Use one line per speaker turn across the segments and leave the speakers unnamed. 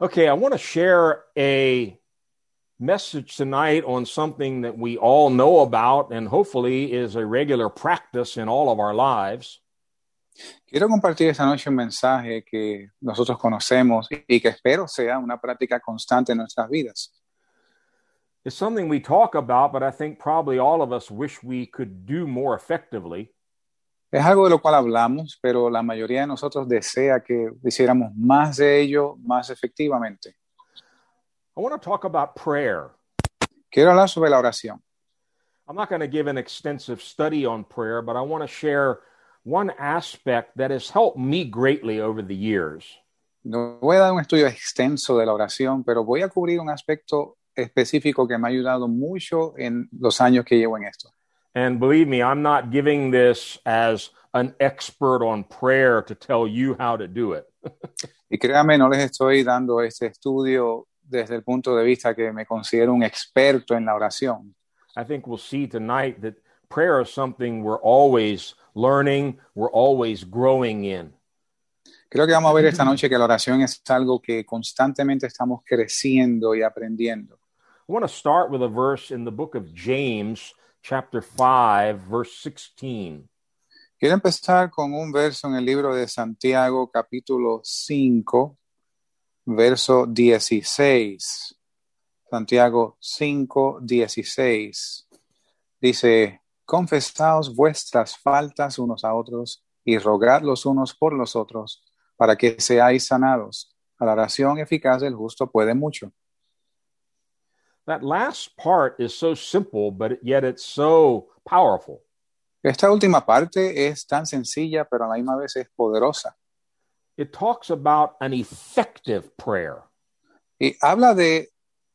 Okay, I want to share a message tonight on something that we all know about and hopefully is a regular practice in all of our lives.
Quiero compartir esta noche un mensaje que nosotros conocemos y que espero sea una práctica constante en nuestras vidas.
It's something we talk about, but I think probably all of us wish we could do more effectively.
Es algo de lo cual hablamos, pero la mayoría de nosotros desea que hiciéramos más de ello más efectivamente.
I want to talk about prayer.
Quiero hablar sobre la oración.
I'm not going to give an extensive study on prayer, but I want to share one aspect that has helped me greatly over the years.
No voy a dar un estudio extenso de la oración, pero voy a cubrir un aspecto específico que me ha ayudado mucho en los años que llevo en esto.
And believe me, I'm not giving this as an expert on prayer to tell you how to do it.
Y créanme, no les estoy dando este estudio desde el punto de vista que me considero un experto en la oración.
I think we'll see tonight that prayer is something we're always learning, we're always growing in.
Creo que vamos a ver esta noche que la oración es algo que constantemente estamos creciendo y aprendiendo.
I want to start with a verse in the book of James, chapter 5, verse 16.
Quiero empezar con un verso en el libro de Santiago, capítulo 5, verso 16. Santiago 5, 16. Dice, confesaos vuestras faltas unos a otros y rogad los unos por los otros para que seáis sanados. A la oración eficaz del justo puede mucho.
That last part is so simple, but yet it's so powerful.
Esta última parte es tan sencilla, pero a la misma vez es poderosa.
It talks about an effective prayer.
Y habla de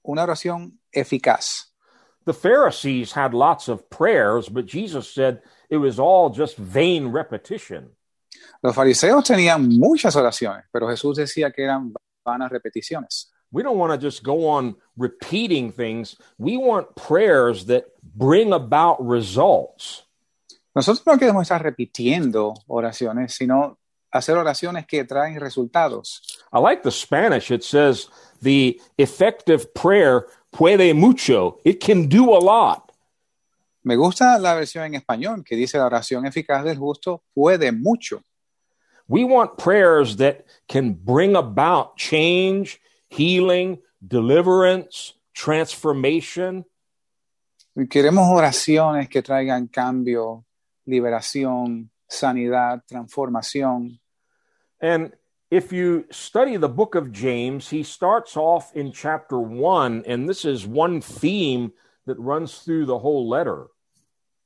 una oración eficaz.
The Pharisees had lots of prayers, but Jesus said it was all just vain repetition.
Los fariseos tenían muchas oraciones, pero Jesús decía que eran vanas repeticiones.
We don't want to just go on repeating things. We want prayers that bring about results.
Nosotros no queremos estar repitiendo oraciones, sino hacer oraciones que traen resultados.
I like the Spanish. It says the effective prayer puede mucho. It can do a lot.
Me gusta la versión en español que dice la oración eficaz del justo puede mucho.
We want prayers that can bring about change, healing, deliverance, transformation.
Queremos oraciones que traigan cambio, liberación, sanidad, transformación.
And if you study the book of James, he starts off in chapter one, and this is one theme that runs through the whole letter.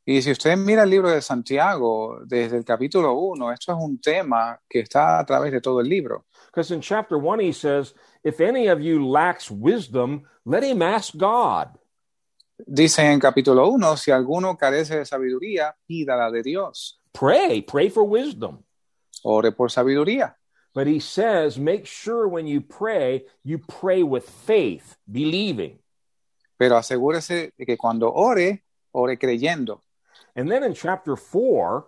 Y si usted mira el libro de Santiago desde el capítulo 1, esto es un tema que está a través de todo el libro.
Because in chapter one, he says, If any of you lacks wisdom, let him ask God.
Dice en capítulo 1, si alguno carece de sabiduría, pídala de Dios.
Pray, pray for wisdom.
Ore por sabiduría.
But he says, make sure when you pray, you pray with faith, believing.
Pero asegúrese de que cuando ore, ore creyendo.
And then in chapter four,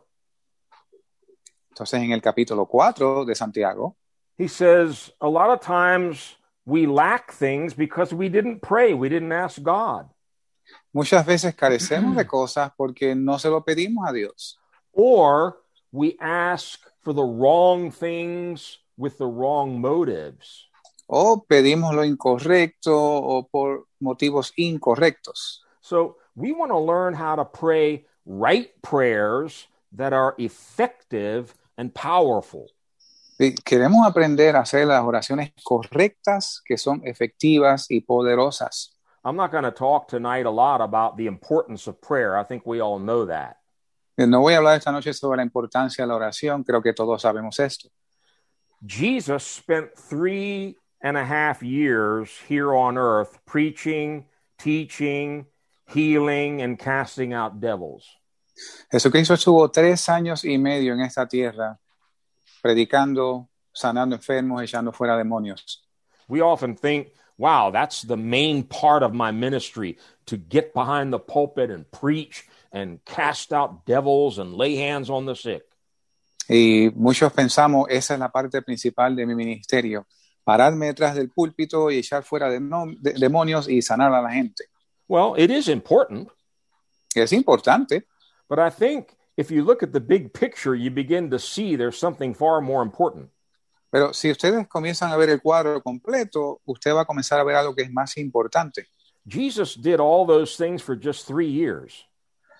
Entonces en el capítulo 4 de Santiago,
he says, a lot of times we lack things because we didn't pray, we didn't ask God.
muchas veces carecemos de cosas porque no se lo pedimos a Dios.
or we ask for the wrong things with the wrong motives.
O pedimos lo incorrecto o por motivos incorrectos.
So we want to learn how to pray right prayers that are effective and powerful.
Y queremos aprender a hacer las oraciones correctas que son efectivas y poderosas.
I'm not going to talk tonight a lot about the importance of prayer. I think we all know that.
Eh, No voy a hablar esta noche sobre la importancia de la oración, creo que todos sabemos esto.
Jesus spent three and a half years here on earth preaching, teaching, healing, and casting out devils.
Jesucristo estuvo tres años y medio en esta tierra, predicando, sanando enfermos, echando fuera demonios.
We often think, wow, that's the main part of my ministry to get behind the pulpit and preach and cast out devils and lay hands on the sick.
Y muchos pensamos, esa es la parte principal de mi ministerio, pararme detrás del púlpito y echar fuera de no- de- demonios y sanar a la gente.
Well, it is important,
Es importante,
but I think if you look at the big picture, you begin to see there's something far more important.
pero si ustedes comienzan a ver el cuadro completo, usted va a comenzar a ver algo que es más importante.
Jesus did all those things for just three years.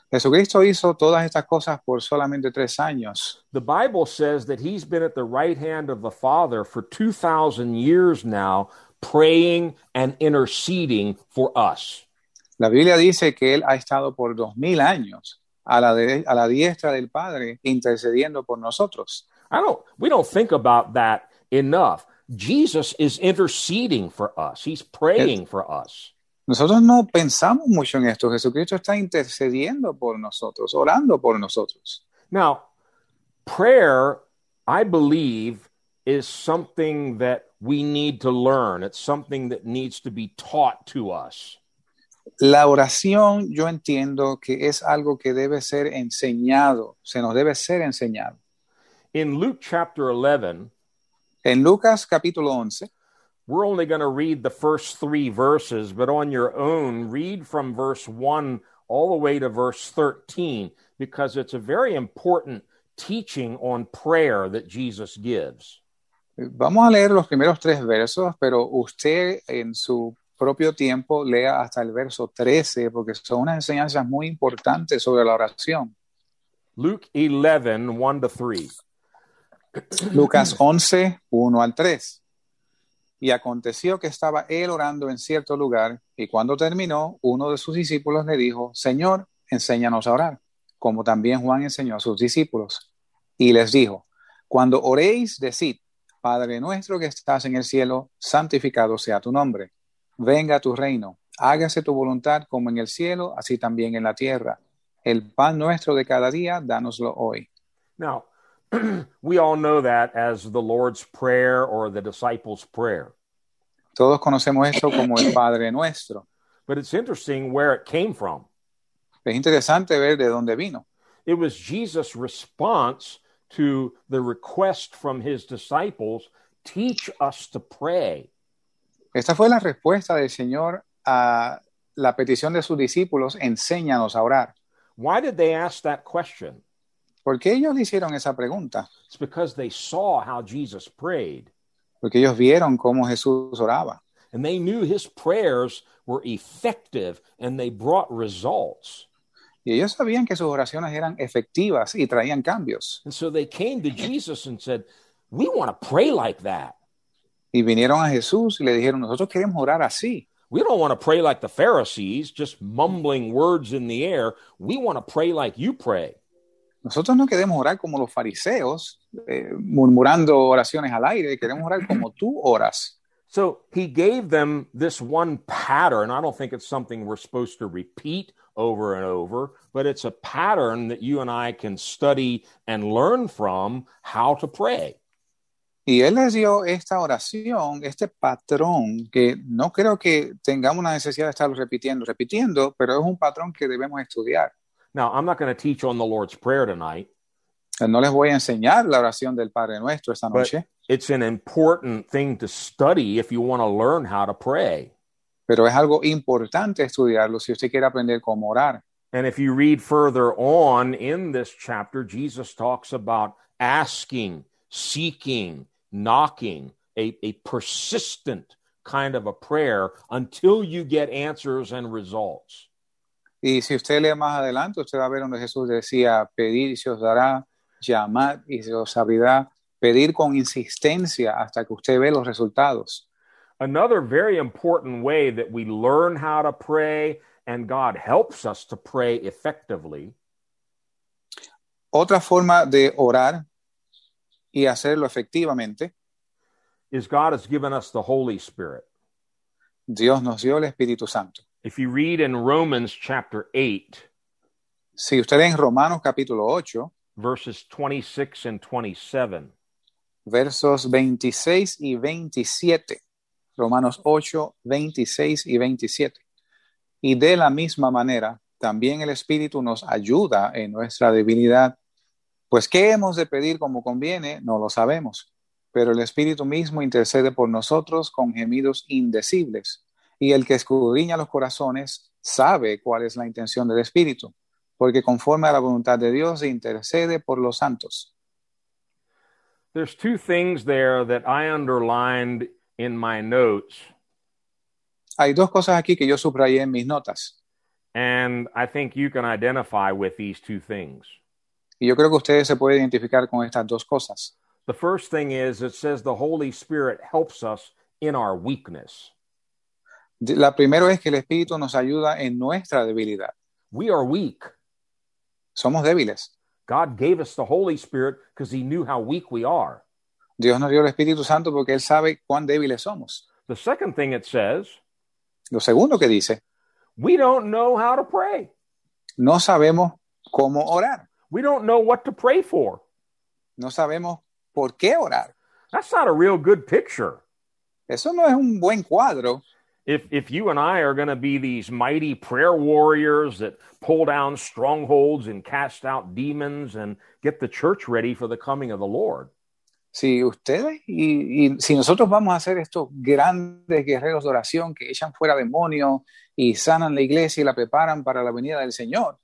Jesucristo hizo todas estas cosas por solamente tres años.
The Bible says that he's been at the right hand of the Father for 2,000 years now, praying and interceding for us.
La Biblia dice que Él ha estado por dos mil años a la, dere- a la diestra del Padre intercediendo por nosotros.
I don't, we don't think about that enough. Jesus is interceding for us, he's praying for us.
Nosotros no pensamos mucho en esto. Jesucristo está intercediendo por nosotros, orando por nosotros.
Now, prayer, I believe, is something that we need to learn. It's something that needs to be taught to us.
La oración yo entiendo que es algo que debe ser enseñado, se nos debe ser enseñado.
In Luke chapter 11,
En Lucas capítulo 11,
we're only going to read the first three verses, but on your own, read from verse 1 all the way to verse 13, because it's a very important teaching on prayer that Jesus gives.
vamos a leer los primeros tres versos, pero usted en su propio tiempo lea hasta el verso 13, porque son unas enseñanzas muy importantes sobre la oración.
Luke 11, 1 to 3.
Lucas 11, 1 al 3. Y aconteció que estaba él orando en cierto lugar, y cuando terminó, uno de sus discípulos le dijo, Señor, enséñanos a orar, como también Juan enseñó a sus discípulos. Y les dijo, Cuando oréis, decid, Padre nuestro que estás en el cielo, santificado sea tu nombre. Venga tu reino, hágase tu voluntad como en el cielo, así también en la tierra. El pan nuestro de cada día, dánoslo hoy.
Now, we all know that as the Lord's Prayer or the disciples' prayer.
Todos conocemos esto como el Padre nuestro.
But it's interesting where it came from.
Es interesante ver de dónde vino.
It was Jesus' response to the request from his disciples teach us to pray.
Esta fue la respuesta del Señor a la petición de sus discípulos, enséñanos a orar.
Why did they ask that question?
¿Por qué ellos le hicieron esa pregunta?
It's because they saw how Jesus prayed
Porque ellos vieron cómo Jesús oraba
and they knew his prayers were effective and they brought results.
y ellos sabían que sus oraciones eran efectivas y traían cambios.
And so they came to Jesus and said, We want to pray like that.
Y vinieron a Jesús y le dijeron, nosotros queremos orar así.
We don't want to pray like the Pharisees, just mumbling words in the air. We want to pray like you pray.
Nosotros no queremos orar como los fariseos, eh, murmurando oraciones al aire, queremos orar como tú oras.
So he gave them this one pattern. I don't think it's something we're supposed to repeat over and over, but it's a pattern that you and I can study and learn from how to pray.
Y él les dio esta oración, este patrón, que no creo que tengamos la necesidad de estarlo repitiendo, repitiendo, pero es un patrón que debemos estudiar.
Now, I'm not going to teach on the Lord's Prayer tonight.
No les voy a enseñar la oración del Padre Nuestro esta
But-
noche,
It's an important thing to study if you want to learn how to pray.
pero es algo importante estudiarlo si usted quiere aprender cómo orar.
And if you read further on in this chapter, Jesus talks about asking, seeking, knocking, a, a persistent kind of a prayer until you get answers and results.
Y si usted lee más adelante, usted va a ver donde Jesús decía, pedir y se os dará, llamar y se os abrirá, pedir con insistencia hasta que usted ve los resultados.
Another very important way that we learn how to pray and God helps us to pray effectively
Otra forma de orar y hacerlo efectivamente
is God has given us the Holy Spirit.
Dios nos dio el Espíritu Santo.
If you read in Romans chapter 8,
Si usted lee en Romanos capítulo 8,
verses 26 and 27,
versos 26 y 27, Romanos 8, 26 y 27. Y de la misma manera, también el Espíritu nos ayuda en nuestra debilidad, pues qué hemos de pedir como conviene, no lo sabemos, pero el Espíritu mismo intercede por nosotros con gemidos indecibles. Y el que escudriña los corazones sabe cuál es la intención del Espíritu, porque conforme a la voluntad de Dios intercede por los santos.
There's two things there that I underlined in my notes,
Hay dos cosas aquí que yo subrayé en mis notas,
and I think you can identify with these two things.
y yo creo que ustedes se pueden identificar con estas dos cosas.
The first thing is it says the Holy Spirit helps us in our weakness.
De- La primera es que el Espíritu nos ayuda en nuestra debilidad.
We are weak.
Somos débiles.
God gave us the Holy Spirit because He knew how weak we are.
Dios nos dio el Espíritu Santo porque Él sabe cuán débiles somos.
The second thing it says,
Lo segundo que dice,
we don't know how to pray.
no sabemos cómo orar,
We don't know what to pray for.
no sabemos por qué orar.
That's not a real good picture.
Eso no es un buen cuadro.
If, if you and I are going to be these mighty prayer warriors that pull down strongholds and cast out demons and get the church ready for the coming of the Lord,
Si ustedes y, y si nosotros vamos a ser estos grandes guerreros de oración que echan fuera demonios y sanan la iglesia y la preparan para la venida del Señor,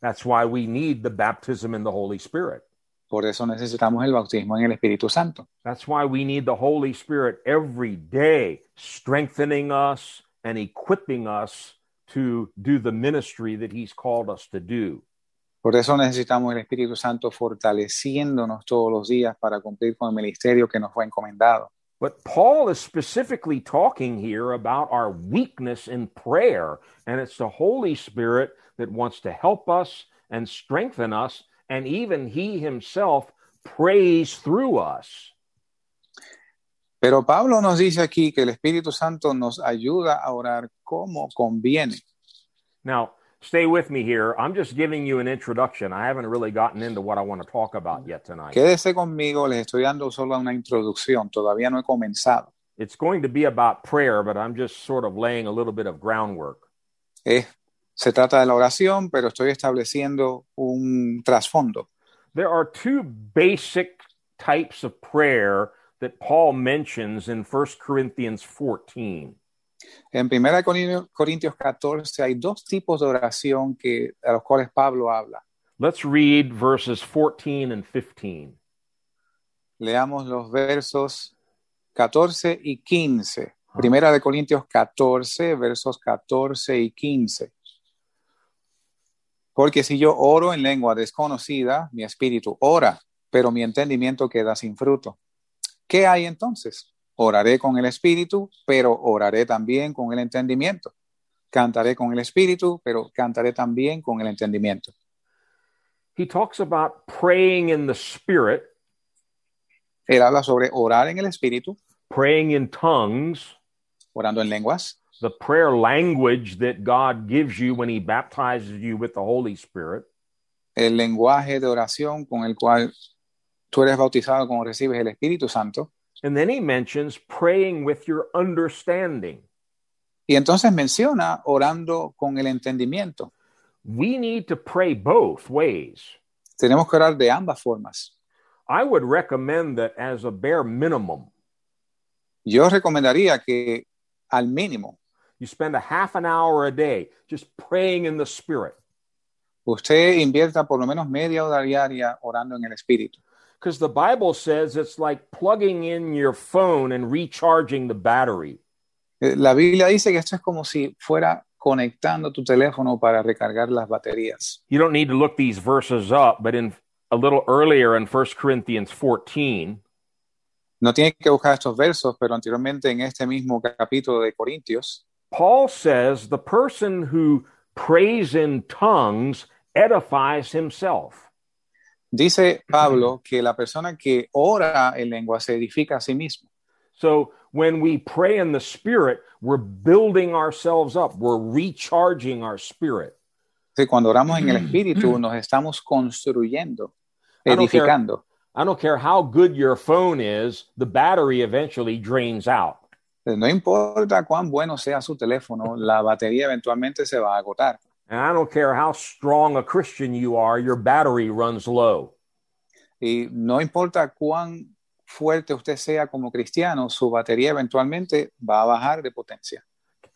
that's why we need the baptism in the Holy Spirit.
por eso necesitamos el bautismo en el Espíritu Santo.
That's why we need the Holy Spirit every day, strengthening us and equipping us to do the ministry that He's called us to do.
Por eso necesitamos el Espíritu Santo fortaleciéndonos todos los días para cumplir con el ministerio que nos fue encomendado.
But Paul is specifically talking here about our weakness in prayer, and it's the Holy Spirit that wants to help us and strengthen us, and even He Himself prays through us.
Pero Pablo nos dice aquí que el Espíritu Santo nos ayuda a orar como conviene.
Now, stay with me here. I'm just giving you an introduction. I haven't really gotten into what I want to talk about yet tonight.
Quédese conmigo, les estoy dando solo una introducción, todavía no he comenzado.
it's going to be about prayer, but I'm just sort of laying a little bit of groundwork.
Es- se trata de la oración, pero estoy estableciendo un trasfondo.
There are two basic types of prayer that Paul mentions in 1 Corinthians 14.
En 1 Corin- Corintios 14 hay dos tipos de oración que, a los cuales Pablo habla.
Let's read verses 14 and 15.
Leamos los versos 14 y 15. Primera de Corintios 14, versos 14 y 15. Porque si yo oro en lengua desconocida, mi espíritu ora, pero mi entendimiento queda sin fruto. ¿Qué hay entonces? Oraré con el espíritu, pero oraré también con el entendimiento. Cantaré con el espíritu, pero cantaré también con el entendimiento.
He talks about praying in the spirit,
Él habla sobre orar en el espíritu,
praying in tongues,
orando en lenguas,
the prayer language that God gives you when he baptizes you with the Holy Spirit.
el lenguaje de oración con el cual tú eres bautizado cuando recibes el Espíritu Santo.
And then he mentions praying with your understanding.
Y entonces menciona orando con el entendimiento.
we need to pray both ways.
Tenemos que orar de ambas formas.
I would recommend that as a bare minimum,
Yo recomendaría que al mínimo
you spend a half an hour a day just praying in the Spirit
usted invierta por lo menos media hora diaria orando en el Espíritu.
because the Bible says it's like plugging in your phone and recharging the battery.
Eh, La Biblia dice que esto es como si fuera conectando tu teléfono para recargar las baterías.
You don't need to look these verses up, but in a little earlier in 1 Corinthians 14,
No tiene que buscar estos versos, pero anteriormente en este mismo capítulo de Corintios,
Paul says the person who prays in tongues edifies himself.
Dice Pablo que la persona que ora en lengua se edifica a sí mismo.
So when we pray in the spirit, we're building ourselves up. We're recharging our spirit.
Entonces, cuando oramos en el Espíritu, nos estamos construyendo,
Claro,
edificando.
I don't care how good your phone is, the battery eventually drains out.
No importa cuán bueno sea su teléfono, la batería eventualmente se va a agotar.
And I don't care how strong a Christian you are, your battery runs low.
Y no importa cuán fuerte usted sea como cristiano, su batería eventualmente va a bajar de potencia.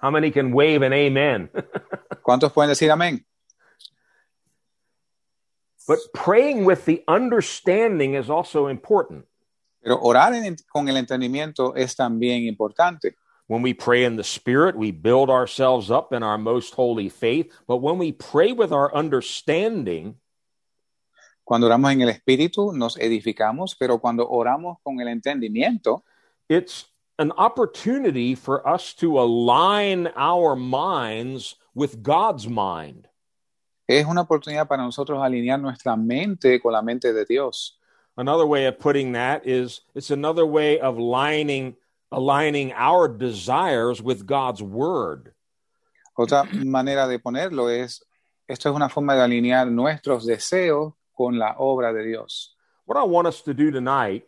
How many can wave an amen?
¿Cuántos pueden decir amén?
but praying with the understanding is also important.
Pero orar en- con el entendimiento es también importante.
When we pray in the Spirit, we build ourselves up in our most holy faith. But when we pray with our understanding,
Cuando oramos en el espíritu nos edificamos, pero cuando oramos con el entendimiento
it's an opportunity for us to align our minds with God's mind.
es una oportunidad para nosotros alinear nuestra mente con la mente de Dios.
Another way of putting that is it's another way of lining aligning our desires with God's word.
Otra manera de ponerlo es, esto es una forma de alinear nuestros deseos con la obra de Dios.
What I want us to do tonight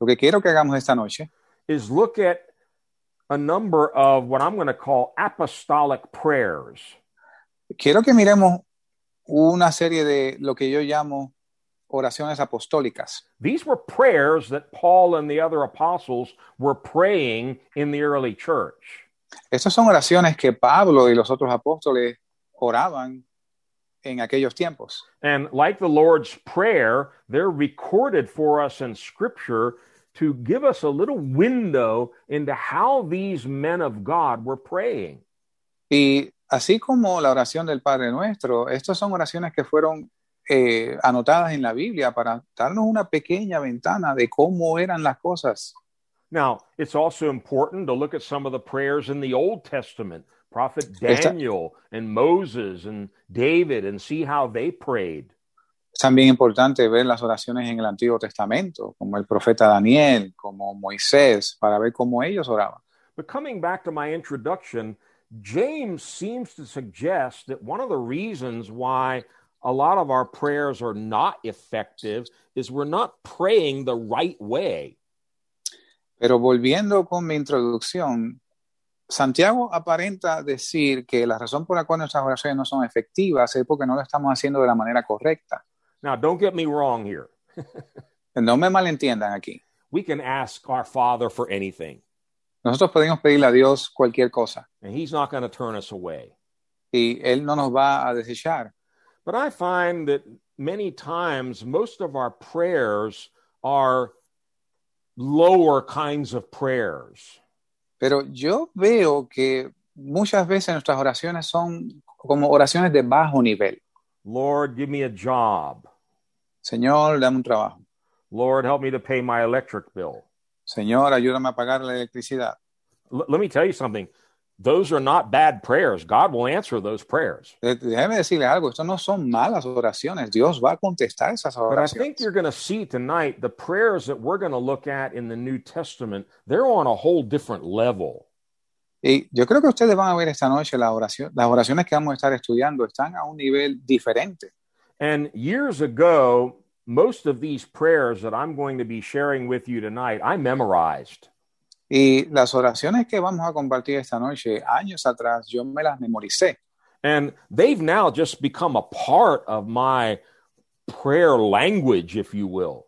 Lo que quiero que hagamos esta noche
is look at a number of what I'm going to call apostolic prayers.
quiero que miremos una serie de lo que yo llamo oraciones apostólicas.
These were prayers that Paul and the other apostles were praying in the early church.
Estas son oraciones que Pablo y los otros apóstoles oraban en aquellos tiempos.
And like the Lord's Prayer, they're recorded for us in Scripture to give us a little window into how these men of God were praying.
Y así como la oración del Padre Nuestro, estas son oraciones que fueron eh, anotadas en la Biblia para darnos una pequeña ventana de cómo eran las cosas.
Now, it's also important to look at some of the prayers in the Old Testament, Prophet
Yes, sir.
Daniel and Moses and David, and see how they prayed.
Es también importante ver las oraciones en el Antiguo Testamento, como el profeta Daniel, como Moisés, para ver cómo ellos oraban.
But coming back to my introduction, James seems to suggest that one of the reasons why a lot of our prayers are not effective is we're not praying the right way.
Pero volviendo con mi introducción, Santiago aparenta decir que la razón por la cual nuestras oraciones no son efectivas es porque no lo estamos haciendo de la manera correcta.
Now, don't get me wrong here.
No me malentiendan aquí.
We can ask our Father for anything,
Nosotros podemos pedirle a Dios cualquier cosa
and He's not going to turn us away.
y Él no nos va a desechar.
But I find that many times most of our prayers are lower kinds of prayers.
Pero yo veo que muchas veces nuestras oraciones son como oraciones de bajo nivel.
Lord, give me a job.
Señor, dame un trabajo.
Lord, help me to pay my electric bill.
Señor, ayúdame a pagar la electricidad.
L- let me tell you something. Those are not bad prayers. God will answer those prayers.
Eh, Déjeme decirles algo, esto no son malas oraciones. Dios va a contestar esas
But I think
oraciones.
you're going to see tonight the prayers that we're going to look at in the New Testament, they're on a whole different level.
Y yo creo que ustedes van a ver esta noche las oraciones, las oraciones que vamos a estar estudiando están a un nivel diferente.
And years ago, most of these prayers that I'm going to be sharing with you tonight, I memorized.
Y las oraciones que vamos a compartir esta noche, años atrás, yo me las memoricé.
And they've now just become a part of my prayer language, if you will.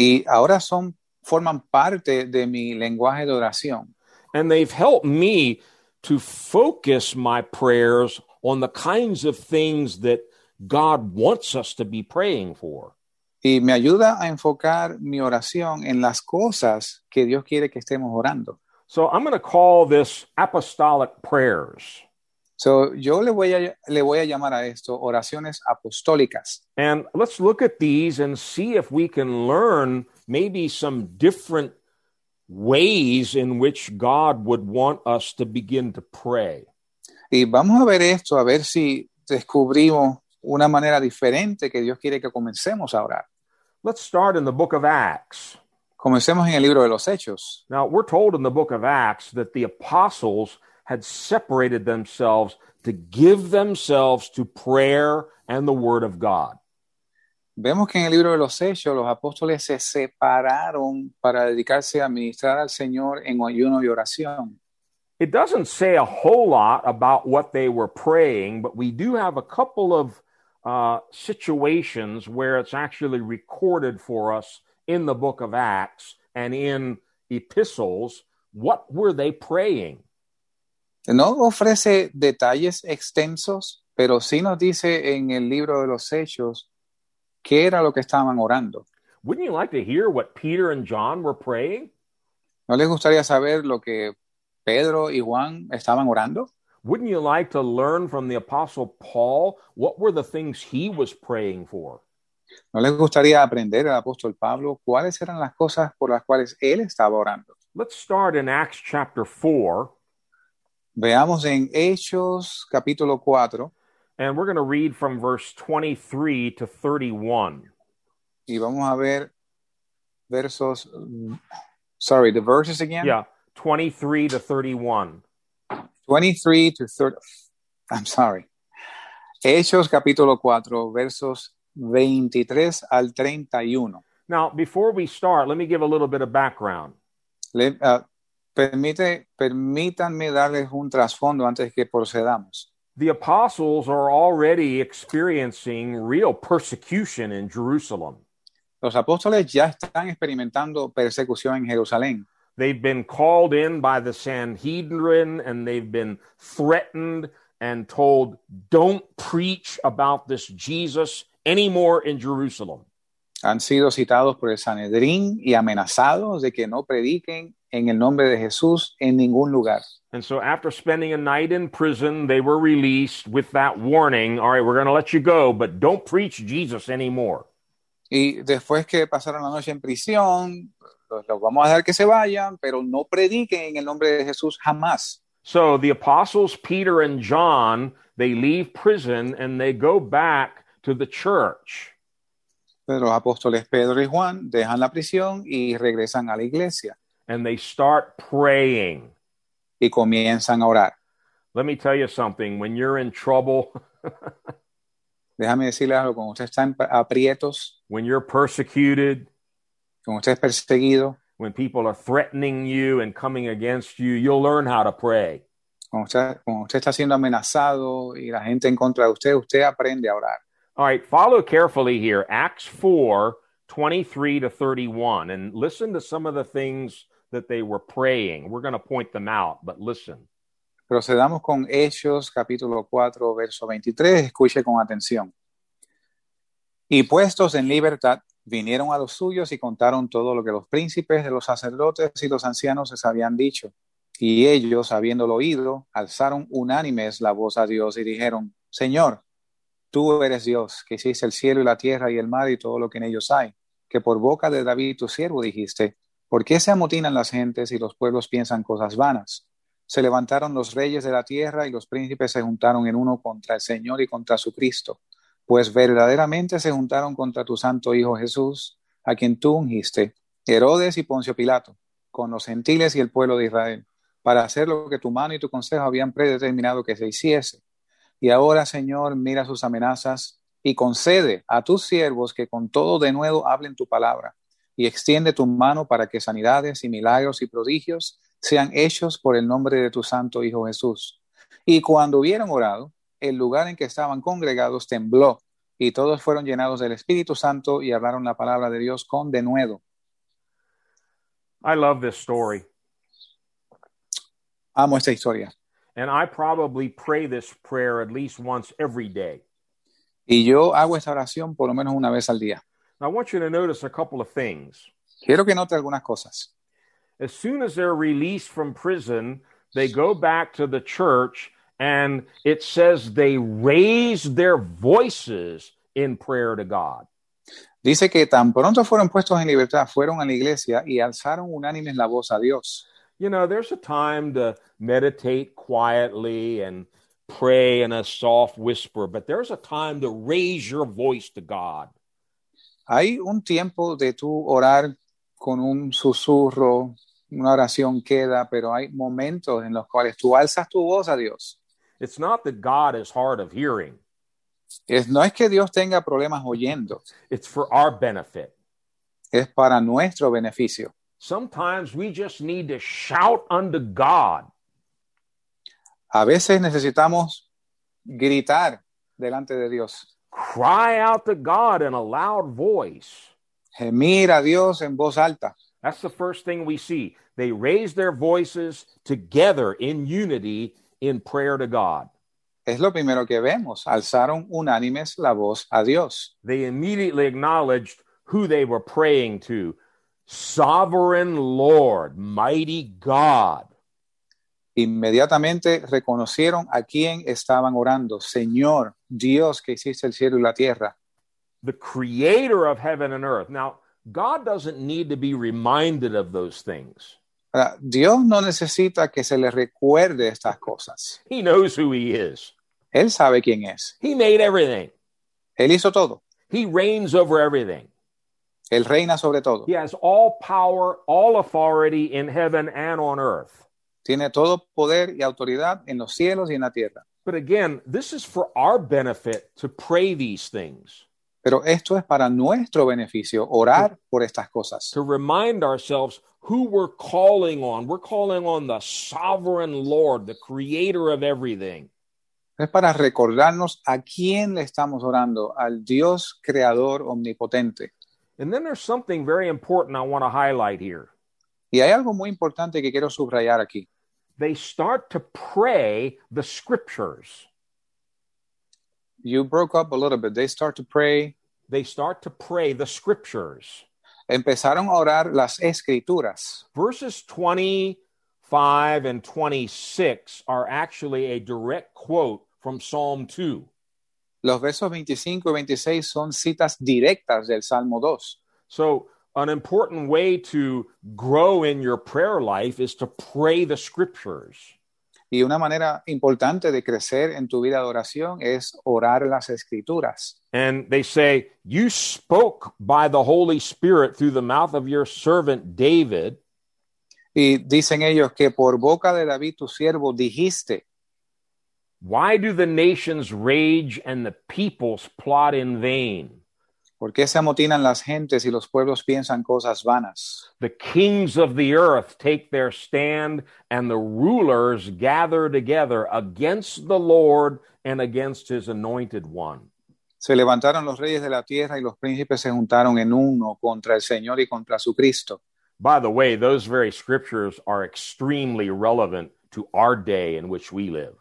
Y ahora son, forman parte de mi lenguaje de oración.
And they've helped me to focus my prayers on the kinds of things that God wants us to be praying for.
Y me ayuda a enfocar mi oración en las cosas que Dios quiere que estemos orando.
So I'm going to call this apostolic prayers.
So, yo le voy, a, le voy a llamar a esto oraciones apostólicas.
And let's look at these and see if we can learn maybe some different ways in which God would want us to begin to pray.
Y vamos a ver esto, a ver si descubrimos una manera diferente que Dios quiere que comencemos a orar.
Let's start in the book of Acts.
Comencemos en el libro de los Hechos.
Now, we're told in the book of Acts that the apostles had separated themselves to give themselves to prayer and the word of God.
Vemos que en el libro de los Hechos los apóstoles se separaron para dedicarse a ministrar al Señor en ayuno y oración.
It doesn't say a whole lot about what they were praying, but we do have a couple of uh, situations where it's actually recorded for us in the book of Acts and in epistles, what were they praying?
No ofrece detalles extensos, pero sí nos dice en el libro de los Hechos qué era lo que estaban orando.
Wouldn't you like to hear what Peter and John were praying?
¿No les gustaría saber lo que Pedro y Juan estaban orando?
Wouldn't you like to learn from the apostle Paul what were the things he was praying for?
¿No les gustaría aprender al apóstol Pablo cuáles eran las cosas por las cuales él estaba orando?
Let's start in Acts chapter 4
Veamos en Hechos capítulo 4
and we're going to read from verse 23 to 31.
y vamos a ver versos, mm, sorry, the verses again.
Yeah, 23 to 31.
23 to 30. I'm sorry. Hechos capítulo 4, versos 23 al 31.
Now, before we start, let me give a little bit of background.
Le- ah, permite, permítanme darles un trasfondo antes que procedamos.
The apostles are already experiencing real persecution in Jerusalem.
Los apóstoles ya están experimentando persecución en Jerusalén.
They've been called in by the Sanhedrin and they've been threatened and told, don't preach about this Jesus anymore in Jerusalem.
Han sido citados por el Sanedrín y amenazados de que no prediquen en el nombre de Jesús en ningún lugar.
And so, after spending a night in prison, they were released with that warning all right, we're going to let you go, but don't preach Jesus anymore.
Y después que pasaron la noche en prisión, los, los vamos a dejar que se vayan, pero no prediquen en el nombre de Jesús jamás.
So, the apostles Peter and John, they leave prison and they go back to the church.
Pero los apóstoles Pedro y Juan dejan la prisión y regresan a la iglesia
and they start praying.
y comienzan a orar.
Let me tell you something when you're in trouble,
Déjame decirles algo, cuando usted está en aprietos,
when you're persecuted,
cuando usted es perseguido,
when people are threatening you and coming against you, you'll learn how to pray.
cuando usted, cuando usted está siendo amenazado y la gente en contra de usted, usted aprende a orar.
All right, follow carefully here. Acts 4 23 to 31, and listen to some of the things that they were praying. We're going to point them out, but listen.
Procedamos con Hechos capítulo 4, verso 23. Escuche con atención. Y puestos en libertad, vinieron a los suyos y contaron todo lo que los príncipes de los sacerdotes y los ancianos les habían dicho. Y ellos, habiéndolo oído, alzaron unánimes la voz a Dios y dijeron, Señor, tú eres Dios, que hiciste el cielo y la tierra y el mar y todo lo que en ellos hay, que por boca de David tu siervo dijiste, ¿por qué se amotinan las gentes y los pueblos piensan cosas vanas? Se levantaron los reyes de la tierra y los príncipes se juntaron en uno contra el Señor y contra su Cristo, pues verdaderamente se juntaron contra tu santo Hijo Jesús, a quien tú ungiste, Herodes y Poncio Pilato, con los gentiles y el pueblo de Israel, para hacer lo que tu mano y tu consejo habían predeterminado que se hiciese. Y ahora, Señor, mira sus amenazas y concede a tus siervos que con todo de nuevo hablen tu palabra y extiende tu mano para que sanidades y milagros y prodigios sean hechos por el nombre de tu santo Hijo Jesús. Y cuando hubieron orado, el lugar en que estaban congregados tembló, y todos fueron llenados del Espíritu Santo y hablaron la palabra de Dios con denuedo.
I love this story,
Amo esta historia.
and I probably pray this prayer at least once every day.
Y yo hago esta oración por lo menos una vez al día.
Now, I want you to notice a couple of things.
Quiero que note algunas cosas.
as soon as they're released from prison, they go back to the church, and it says they raised their voices in prayer to God.
Dice que tan pronto fueron puestos en libertad, fueron a la iglesia y alzaron unánimes la voz a Dios.
You know, there's a time to meditate quietly and pray in a soft whisper, but there's a time to raise your voice to God.
Hay un tiempo de tú orar con un susurro, una oración queda, pero hay momentos en los cuales tú alzas tu voz a Dios.
It's not that God is hard of hearing,
Es, no es que Dios tenga problemas oyendo,
it's for our benefit.
es para nuestro beneficio.
Sometimes we just need to shout unto God.
A veces necesitamos gritar delante de Dios,
cry out to God in a loud voice.
gemir a Dios en voz alta.
That's the first thing we see. They raise their voices together in unity in prayer to God.
Es lo primero que vemos. Alzaron unánimes la voz a Dios.
They immediately acknowledged who they were praying to Sovereign Lord, mighty God.
Inmediatamente reconocieron a quién estaban orando. Señor, Dios que hiciste el cielo y la tierra.
the creator of heaven and earth. Now, God doesn't need to be reminded of those things.
Ahora, Dios no necesita que se le recuerde estas cosas.
He knows who he is.
Él sabe quién es.
He made everything.
Él hizo todo.
He reigns over everything.
Él reina sobre todo.
He has all power, all authority in heaven and on earth.
Tiene todo poder y autoridad en los cielos y en la tierra.
But again, this is for our benefit to pray these things,
Pero esto es para nuestro beneficio, orar por estas cosas.
to remind ourselves who we're calling on. We're calling on the sovereign Lord, the creator of everything.
Es para recordarnos a quién le estamos orando, al Dios creador omnipotente.
And then there's something very important I want to highlight here.
Y hay algo muy importante que quiero subrayar aquí.
they start to pray the scriptures.
You broke up a little bit. They start to pray.
They start to pray the scriptures.
Empezaron a orar las escrituras.
Verses 25 and 26 are actually a direct quote from Psalm 2.
Los versos 25 y 26 son citas directas del Salmo 2.
So, an important way to grow in your prayer life is to pray the scriptures.
Y una manera importante de crecer en tu vida de oración es orar las escrituras.
And they say, You spoke by the Holy Spirit through the mouth of your servant David.
Y dicen ellos que por boca de David tu siervo dijiste,
Why do the nations rage and the peoples plot in vain?
¿Por qué se amotinan las gentes y los pueblos piensan cosas vanas?
The kings of the earth take their stand, and the rulers gather together against the Lord and against his anointed one.
Se levantaron los reyes de la tierra y los príncipes se juntaron en uno contra el Señor y contra su Cristo.
By the way, those very scriptures are extremely relevant to our day in which we live.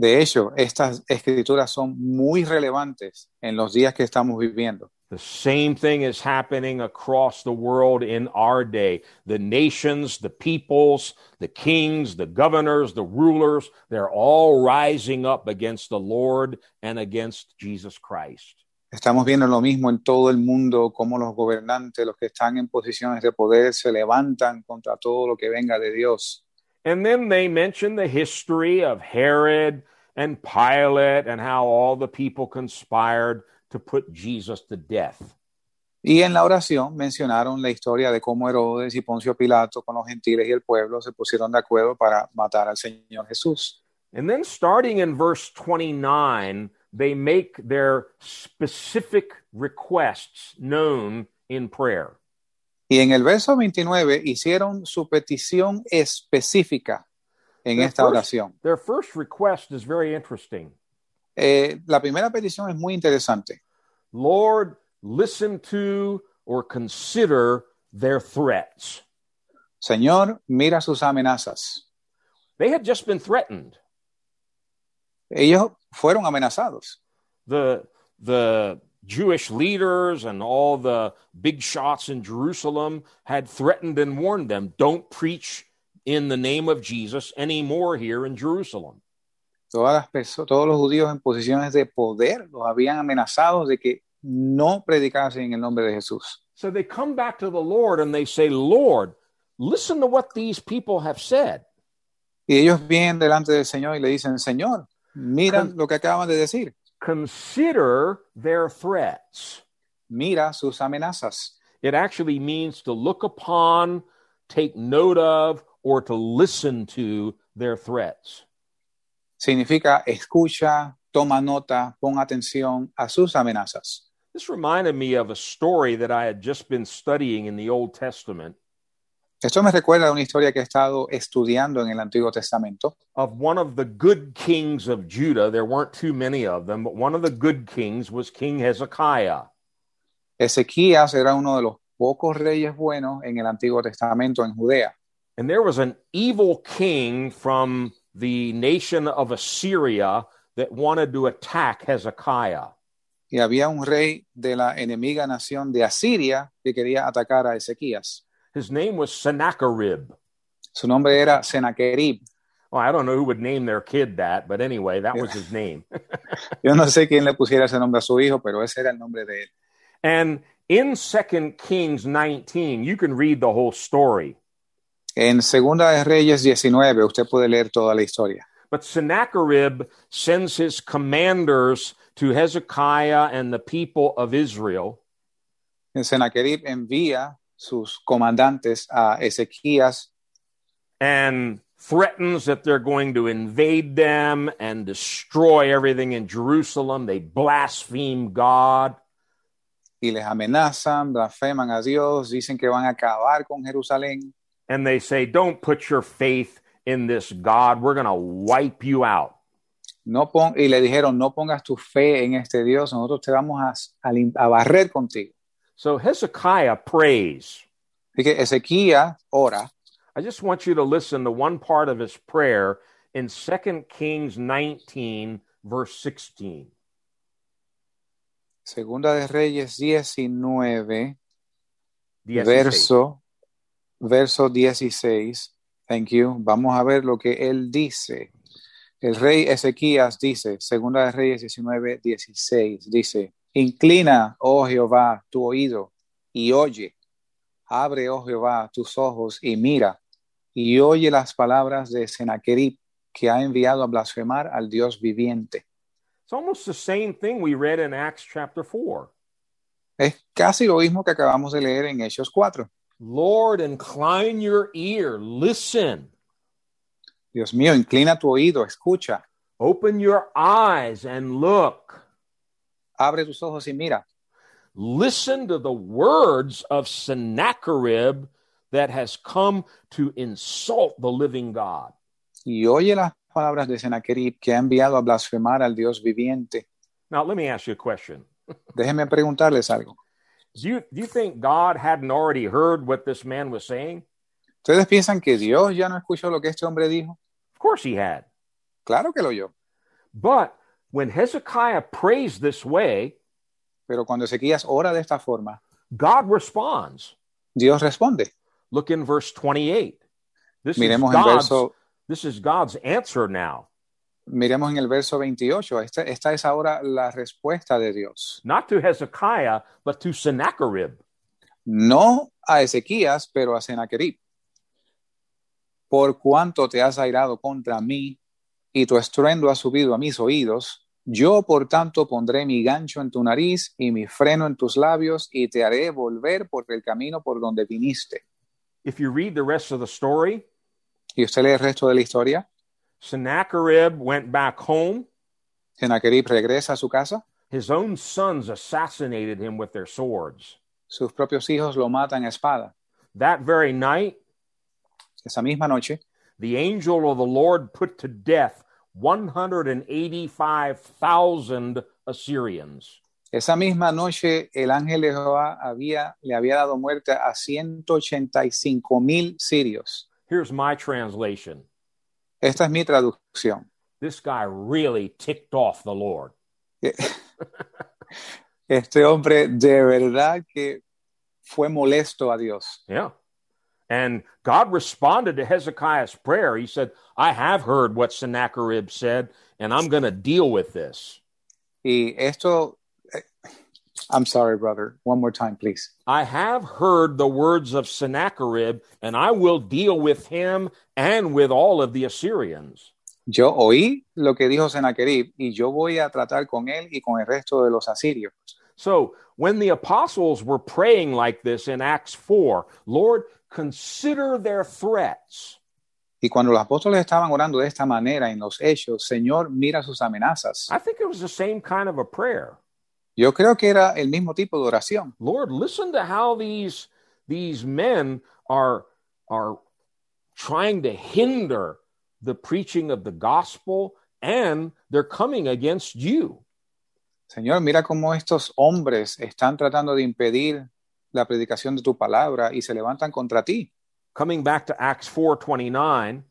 De hecho, estas escrituras son muy relevantes en los días que estamos viviendo.
The same thing is happening across the world in our day. The nations, the peoples, the kings, the governors, the rulers, they're all rising up against the Lord and against Jesus Christ.
Estamos viendo lo mismo en todo el mundo, cómo los gobernantes, los que están en posiciones de poder, se levantan contra todo lo que venga de Dios.
And then they mention the history of Herod and Pilate and how all the people conspired to put Jesus to death.
Y en la oración mencionaron la historia de cómo Herodes y Poncio Pilato con los gentiles y el pueblo se pusieron de acuerdo para matar al Señor Jesús.
And then, starting in verse 29, they make their specific requests known in prayer.
Y en el verso 29 hicieron su petición específica en
Their
esta
first-
oración.
Their first request is very interesting
Eh, la primera petición es muy interesante.
Lord, listen to or consider their threats.
Señor, mira sus amenazas.
They had just been threatened.
Ellos fueron amenazados.
The, the Jewish leaders and all the big shots in Jerusalem had threatened and warned them don't preach in the name of Jesus anymore here in Jerusalem.
Todas las perso- todos los judíos en posiciones de poder los habían amenazado de que no predicasen en el nombre de Jesús.
So they come back to the Lord and they say, Lord, listen to what these people have said.
Y ellos vienen delante del Señor y le dicen, Señor, mira
Con-
lo que acaban de decir,
Consider their threats.
mira sus amenazas.
It actually means to look upon, take note of, or to listen to their threats.
Significa escucha, toma nota, pon atención a sus amenazas.
This reminded me of a story that I had just been studying in the Old Testament
Esto me recuerda a una historia que he estado estudiando en el Antiguo Testamento
of one of the good kings of Judah. There weren't too many of them, but one of the good kings was King Hezekiah.
Ezequías era uno de los pocos reyes buenos en el Antiguo Testamento en Judea.
And there was an evil king from the nation of Assyria that wanted to attack Hezekiah.
Y había un rey de la enemiga nación de Asiria que quería atacar a Ezequías.
His name was Sennacherib.
Su nombre era Sennacherib.
Well, I don't know who would name their kid that, but anyway, that was his name.
Yo no sé quién le pusiera ese nombre a su hijo, pero ese era el nombre de él.
And in 2 Kings 19, you can read the whole story.
En Segunda de Reyes 19 usted puede leer toda la historia.
But Sennacherib sends his commanders to Hezekiah and the people of Israel,
En Sennacherib envía sus comandantes a Ezequías
and threatens that they're going to invade them and destroy everything in Jerusalem. They blaspheme God.
y les amenazan, blasfeman a Dios, dicen que van a acabar con Jerusalén
And they say, Don't put your faith in this God. We're going to wipe you out.
no pon y le dijeron, no pongas tu fe en este Dios, nosotros te vamos a, a lim- a barrer contigo.
So Hezekiah prays.
Así que Ezequías ora,
I just want you to listen to one part of his prayer in 2 Kings 19, verse 16.
Segunda de Reyes 19,
The SEC.
verso, verso 16. Thank you. Vamos a ver lo que él dice. El rey Ezequías dice, Segunda de Reyes 19, 16, dice, Inclina, oh Jehová, tu oído y oye. Abre, oh Jehová, tus ojos y mira. Y oye las palabras de Sennacherib, que ha enviado a blasfemar al Dios viviente.
It's almost the same thing we read in Acts chapter 4.
Es casi lo mismo que acabamos de leer en Hechos 4.
Lord, incline your ear, listen,
Dios mío, inclina tu oído, escucha.
open your eyes and look.
abre tus ojos y mira.
Listen to the words of Sennacherib that has come to insult the living God.
Y oye las palabras de Sennacherib que ha enviado a blasfemar al Dios viviente.
Now, let me ask you a question.
Déjenme preguntarles algo.
Do you, do you think God hadn't already heard what this man was saying?
¿Ustedes piensan que Dios ya no escuchó lo que este hombre dijo?
Of course he had.
Claro que lo oyó.
But when Hezekiah prays this way,
Pero cuando Ezequías ora de esta forma,
God responds.
Dios responde.
Look in verse 28. This is,
Miremos en,
God's,
verso,
this is God's answer now.
miremos en el verso 28. Esta, esta es ahora la respuesta de Dios.
Not to Hezekiah, but to Sennacherib.
No a Ezequías, pero a Sennacherib. Por cuanto te has airado contra mí y tu estruendo ha subido a mis oídos, yo por tanto pondré mi gancho en tu nariz y mi freno en tus labios y te haré volver por el camino por donde viniste.
If you read the rest of the story,
Y usted lee el resto de la historia.
Sennacherib went back home.
Sennacherib regresa a su casa,
His own sons assassinated him with their swords.
sus propios hijos lo matan a espada.
That very night,
Esa misma noche,
the angel of the Lord put to death 185,000 Assyrians.
Esa misma noche el ángel de Jehová había, le había dado muerte a 185 mil sirios.
Here's my translation.
Esta es mi traducción.
This guy really ticked off the Lord.
Este hombre de verdad que fue molesto a Dios.
Yeah. And God responded to Hezekiah's prayer. He said, I have heard what Sennacherib said, and I'm going to deal with this.
Y esto, eh, I'm sorry, brother. One more time, please.
I have heard the words of Sennacherib, and I will deal with him and with all of the Assyrians.
Yo oí lo que dijo Sennacherib y yo voy a tratar con él y con el resto de los asirios.
So when the apostles were praying like this in Acts 4, Lord, consider their threats.
Y cuando los apóstoles estaban orando de esta manera en los hechos, Señor, mira sus amenazas.
I think it was the same kind of a prayer.
Yo creo que era el mismo tipo de oración.
Lord, listen to how these these men are are trying to hinder the preaching of the gospel and they're coming against you.
Señor, mira cómo estos hombres están tratando de impedir la predicación de tu palabra y se levantan contra ti.
Coming back to Acts 4:29,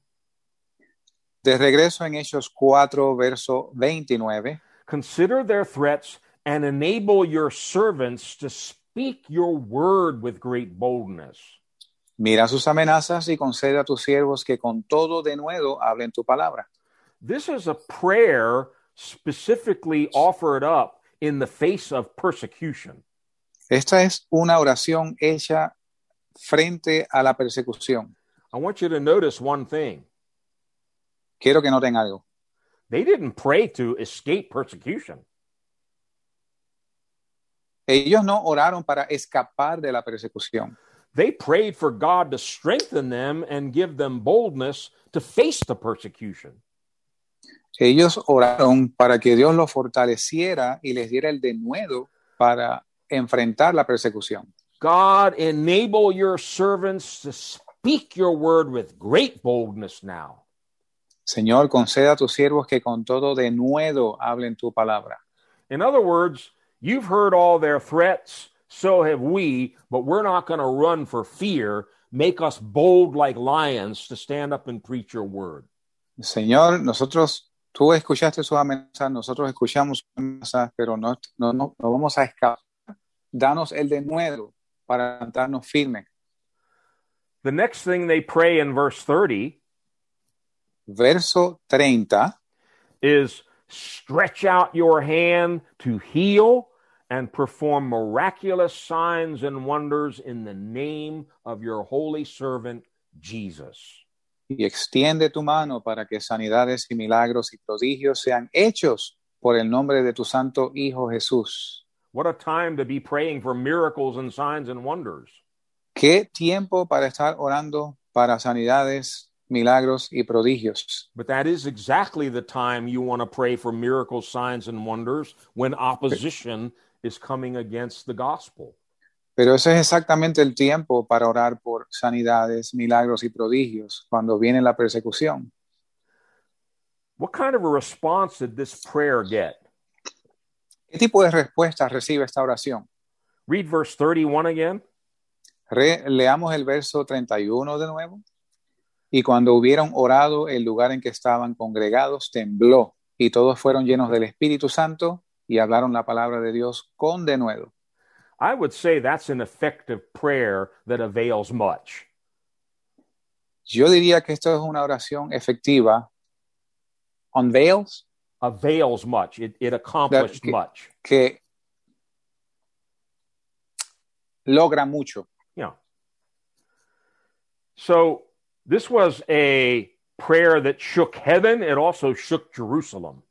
De regreso en Hechos 4, verso 29,
consider their threats and enable your servants to speak your word with great boldness.
mira sus amenazas y concede a tus siervos que con todo de nuevo hablen tu palabra.
This is a prayer specifically offered up in the face of persecution.
Esta es una oración hecha frente a la persecución.
I want you to notice one thing.
Quiero que noten algo.
They didn't pray to escape persecution.
Ellos no oraron para escapar de la persecución.
They prayed for God to strengthen them and give them boldness to face the persecution.
Ellos oraron para que Dios los fortaleciera y les diera el denuedo para enfrentar la persecución.
God, enable your servants to speak your word with great boldness now.
Señor, concede a tus siervos que con todo de nuevo hablen tu palabra.
In other words, you've heard all their threats, so have we, but we're not going to run for fear. Make us bold like lions to stand up and preach your word.
Señor, nosotros, tú escuchaste sus amenazas, nosotros escuchamos sus amenazas, pero no, no, no, no vamos a escapar. Danos el denuedo para levantarnos firmes.
The next thing they pray in verse 30
Verso 30.
is stretch out your hand to heal and perform miraculous signs and wonders in the name of your holy servant Jesus.
y extiende tu mano para que sanidades y milagros y prodigios sean hechos por el nombre de tu santo Hijo Jesús.
What a time to be praying for miracles and signs and wonders.
Qué tiempo para estar orando para sanidades, milagros y prodigios.
But that is exactly the time you want to pray for miracles, signs, and wonders when opposition is coming against the gospel.
Pero ese es exactamente el tiempo para orar por sanidades, milagros y prodigios cuando viene la persecución.
What kind of a response did this prayer get?
¿Qué tipo de respuestas recibe esta oración?
Read verse 31 again.
Re- leamos el verso 31 de nuevo. Y cuando hubieron orado, el lugar en que estaban congregados tembló, y todos fueron llenos del Espíritu Santo y hablaron la palabra de Dios con denuedo.
I would say that's an effective prayer that avails much.
Yo diría que esto es una oración efectiva. Unveils,
Avails much. It, it accomplished
That-
much.
que logra mucho.
Yeah. So this was a prayer that shook heaven. It also shook Jerusalem.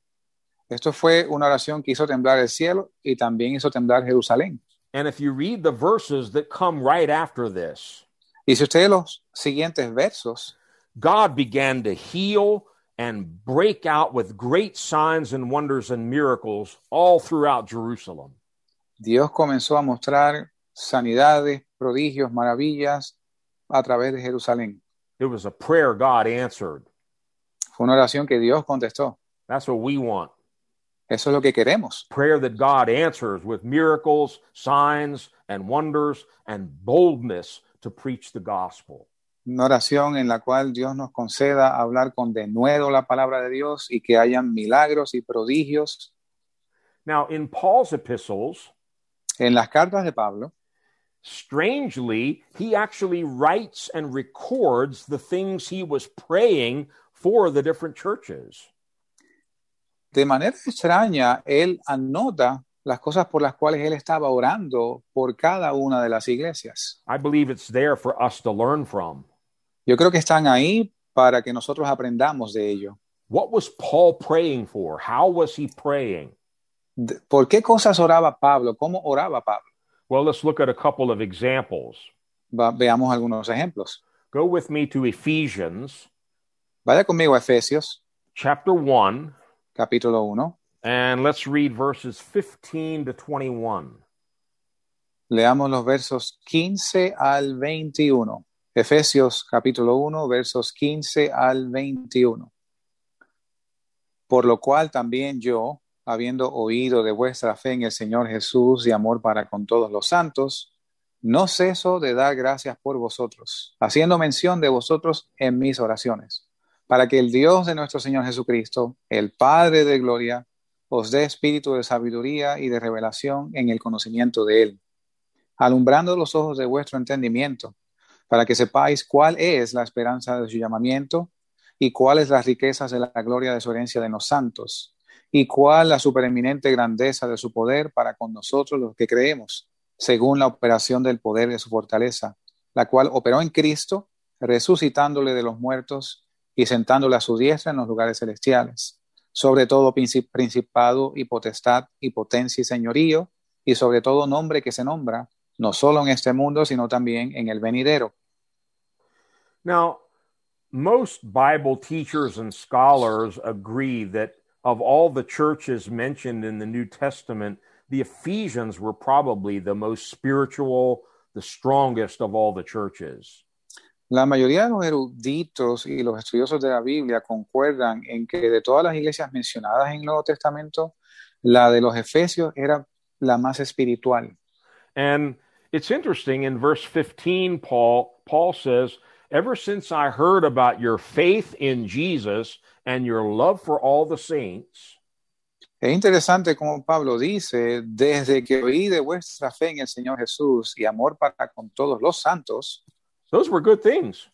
Esto fue una oración que hizo temblar el cielo y también hizo temblar Jerusalén.
And if you read the verses that come right after this,
Y si ustedes los siguientes versos,
God began to heal and break out with great signs and wonders and miracles all throughout Jerusalem.
Dios comenzó a mostrar sanidades, prodigios, maravillas a través de Jerusalén.
It was a prayer God answered.
Fue una oración que Dios contestó.
That's what we want.
Eso es lo que queremos.
prayer that God answers with miracles, signs, and wonders, and boldness to preach the gospel.
Una oración en la cual Dios nos conceda hablar con denuedo la palabra de Dios y que hayan milagros y prodigios.
Now, in Paul's epistles,
En las cartas de Pablo,
strangely, he actually writes and records the things he was praying for the different churches.
de manera extraña, él anota las cosas por las cuales él estaba orando por cada una de las iglesias.
I believe it's there for us to learn from.
Yo creo que están ahí para que nosotros aprendamos de ello.
What was Paul praying for? How was he praying?
de- ¿Por qué cosas oraba Pablo? ¿Cómo oraba Pablo?
Well, let's look at a couple of examples.
Va- veamos algunos ejemplos.
Go with me to Ephesians
Vaya conmigo a Efesios,
chapter 1,
capítulo 1.
And let's read verses 15 to 21.
Leamos los versos 15 al 21. Efesios, capítulo 1, versos 15 al 21. Por lo cual también yo, habiendo oído de vuestra fe en el Señor Jesús y amor para con todos los santos, no ceso de dar gracias por vosotros, haciendo mención de vosotros en mis oraciones, para que el Dios de nuestro Señor Jesucristo, el Padre de Gloria, os dé espíritu de sabiduría y de revelación en el conocimiento de Él, alumbrando los ojos de vuestro entendimiento, para que sepáis cuál es la esperanza de su llamamiento y cuáles las riquezas de la gloria de su herencia de los santos, y cuál la supereminente grandeza de su poder para con nosotros los que creemos, según la operación del poder de su fortaleza, la cual operó en Cristo, resucitándole de los muertos y sentándole a su diestra en los lugares celestiales, sobre todo principado y potestad y potencia y señorío, y sobre todo nombre que se nombra, no solo en este mundo, sino también en el venidero.
Now, most Bible teachers and scholars agree that of all the churches mentioned in the New Testament, the Ephesians were probably the most spiritual, the strongest of all the churches.
La mayoría de los eruditos y los estudiosos de la Biblia concuerdan en que de todas las iglesias mencionadas en el Nuevo Testamento, la de los Efesios era la más espiritual.
And it's interesting in verse 15 Paul Paul says, "Ever since I heard about your faith in Jesus and your love for all the saints,
Es interesante como Pablo dice, desde que oí de vuestra fe en el Señor Jesús y amor para con todos los santos,
those were good things.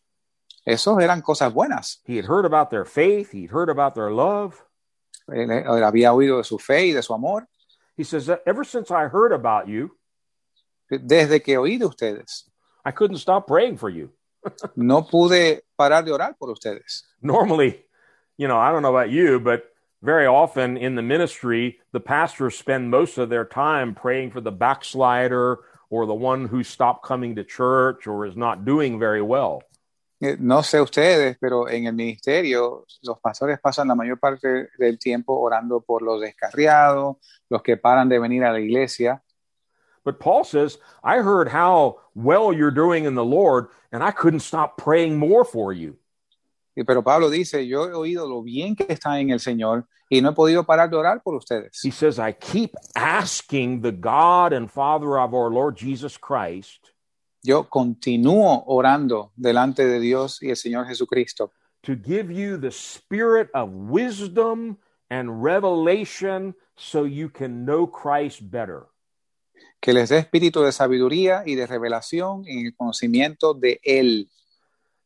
esos eran cosas buenas.
He had heard about their faith, he'd heard about their love.
Él, él había oído de su fe y de su amor
He says, "Ever since I heard about you,
desde que oí de ustedes.
I couldn't stop praying for you."
No pude parar de orar por ustedes.
Normally, you know, I don't know about you, but very often in the ministry, the pastors spend most of their time praying for the backslider or the one who stopped coming to church or is not doing very well.
Eh, No sé ustedes, pero en el ministerio los pastores pasan la mayor parte del tiempo orando por los descarriados, los que paran de venir a la iglesia.
But Paul says, I heard how well you're doing in the Lord, and I couldn't stop praying more for you.
Y- Pero Pablo dice, yo he oído lo bien que está en el Señor y no he podido parar de orar por ustedes.
He says, I keep asking the God and Father of our Lord Jesus Christ
Yo continúo orando delante de Dios y el Señor Jesucristo
to give you the spirit of wisdom and revelation so you can know Christ better.
que les dé espíritu de sabiduría y de revelación en el conocimiento de Él.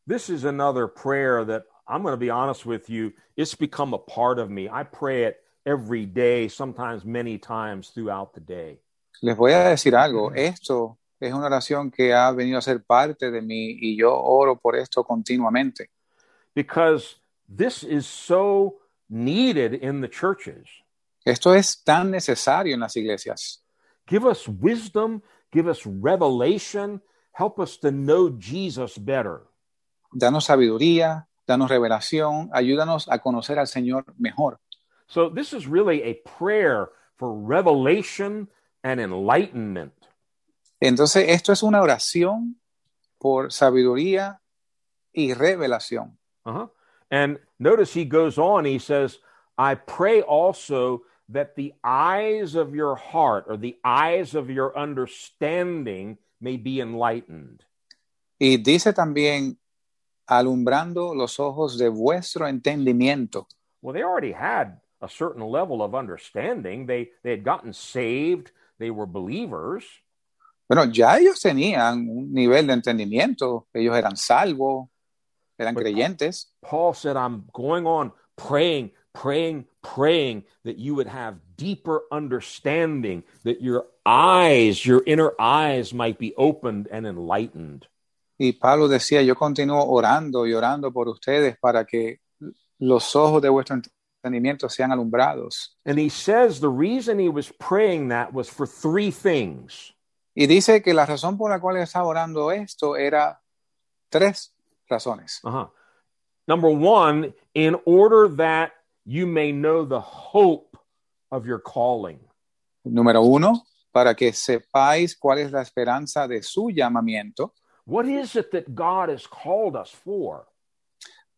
This is another prayer that I'm going to be honest with you, it's become a part of me. I pray it every day, sometimes many times throughout the day.
Les voy a decir algo, esto es una oración que ha venido a ser parte de mí y yo oro por esto continuamente,
because this is so needed in the churches.
esto es tan necesario en las iglesias.
Give us wisdom, give us revelation, help us to know Jesus better.
Danos sabiduría, danos revelación, ayúdanos a conocer al Señor mejor.
So, this is really a prayer for revelation and enlightenment.
Entonces, esto es una oración por sabiduría y revelación.
Uh-huh. And notice he goes on, he says, I pray also that the eyes of your heart or the eyes of your understanding may be enlightened.
Y dice también, alumbrando los ojos de vuestro entendimiento.
Well, they already had a certain level of understanding. They they had gotten saved. They were believers.
Bueno, ya ellos tenían un nivel de entendimiento, ellos eran salvos, eran
Bueno.
creyentes,
Paul said, "I'm going on praying, praying, praying that you would have deeper understanding, that your eyes, your inner eyes, might be opened and enlightened."
y Pablo decía, yo continúo orando y orando por ustedes para que los ojos de vuestro entendimiento sean alumbrados.
And he says the reason he was praying that was for three things.
Y dice que la razón por la cual él estaba orando esto era tres razones.
Uh-huh. Number one, in order that you may know the hope of your calling.
Número uno, para que sepáis cuál es la esperanza de su llamamiento.
What is it that God has called us for?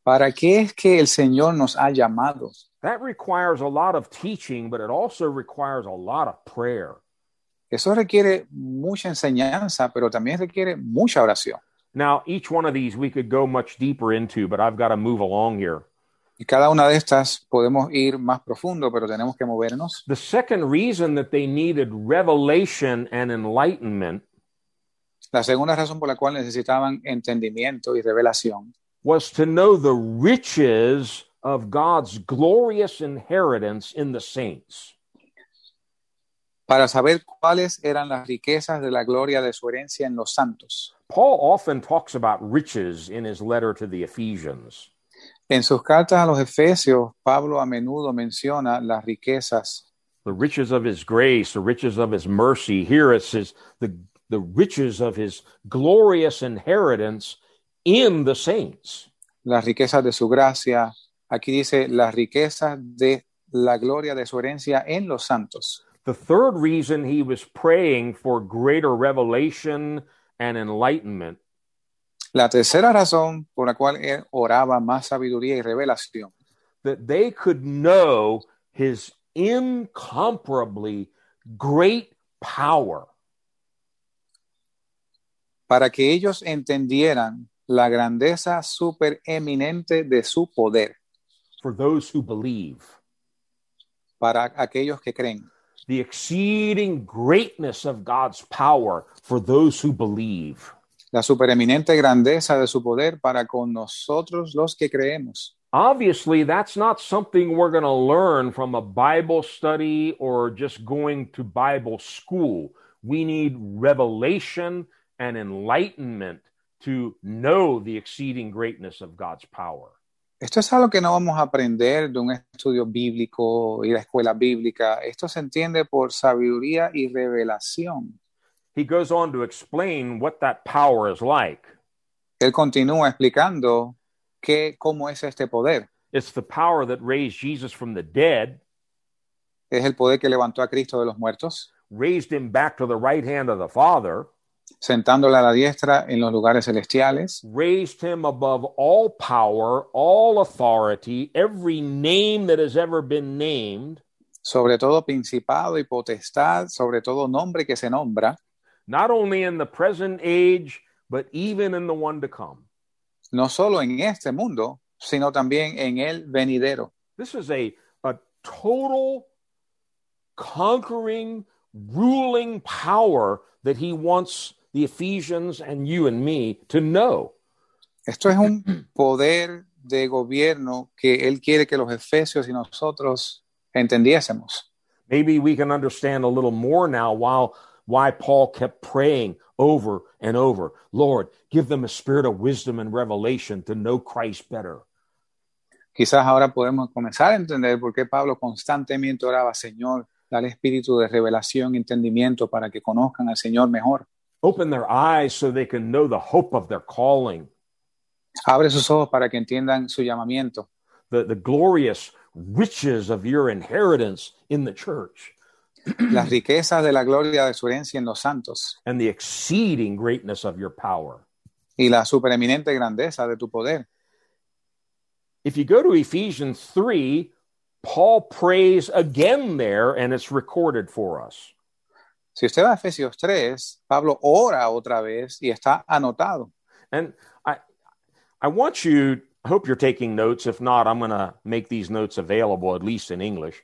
¿Para qué es que el Señor nos ha llamado?
That requires a lot of teaching, but it also requires a lot of prayer.
Eso requiere mucha enseñanza, pero también requiere mucha oración.
Now, each one of these we could go much deeper into, but I've got to move along here.
Y cada una de estas podemos ir más profundo, pero tenemos que movernos.
The second reason that they needed revelation and enlightenment
La segunda razón por la cual necesitaban entendimiento y revelación
was to know the riches of God's glorious inheritance in the saints.
para saber cuáles eran las riquezas de la gloria de su herencia en los santos.
Paul often talks about riches in his letter to the Ephesians.
En sus cartas a los Efesios, Pablo a menudo menciona las riquezas,
The riches of his grace, the riches of his mercy. Here it says the, the riches of his glorious inheritance in the saints.
las riquezas de su gracia. Aquí dice las riquezas de la gloria de su herencia en los santos.
The third reason he was praying for greater revelation and enlightenment
La tercera razón por la cual él oraba más sabiduría y revelación,
that they could know his incomparably great power.
para que ellos entendieran la grandeza supereminente de su poder
for those who believe,
para aquellos que creen.
the exceeding greatness of God's power for those who believe.
la supereminente grandeza de su poder para con nosotros los que creemos.
Obviously, that's not something we're going to learn from a Bible study or just going to Bible school. We need revelation and enlightenment to know the exceeding greatness of God's power.
Esto es algo que no vamos a aprender de un estudio bíblico y la escuela bíblica. Esto se entiende por sabiduría y revelación.
He goes on to explain what that power is like.
Él continúa explicando que, cómo es este poder.
It's the power that raised Jesus from the dead,
Es el poder que levantó a Cristo de los muertos,
raised him back to the right hand of the Father,
sentándole a la diestra en los lugares celestiales,
raised him above all power, all authority, every name that has ever been named,
sobre todo principado y potestad, sobre todo nombre que se nombra,
not only in the present age, but even in the one to come.
no solo en este mundo, sino también en el venidero.
This is a, a total conquering, ruling power that he wants the Ephesians and you and me to know.
Esto es un poder de gobierno que él quiere que los efesios y nosotros entendiésemos.
Maybe we can understand a little more now while why Paul kept praying over and over, Lord, give them a spirit of wisdom and revelation to know Christ better.
Quizás ahora podemos comenzar a entender por qué Pablo constantemente oraba, Señor, dale espíritu de revelación, y entendimiento para que conozcan al Señor mejor.
Open their eyes so they can know the hope of their calling,
Abre sus ojos para que entiendan su llamamiento,
the, the glorious riches of your inheritance in the church,
las riquezas de la gloria de su herencia en los santos
and the exceeding greatness of your power.
y la supereminente grandeza de tu poder.
If you go to Ephesians 3, Paul prays again there, and it's recorded for us.
Si usted va a Efesios 3, Pablo ora otra vez y está anotado.
And I, I want you. I hope you're taking notes. If not, I'm going to make these notes available at least in English.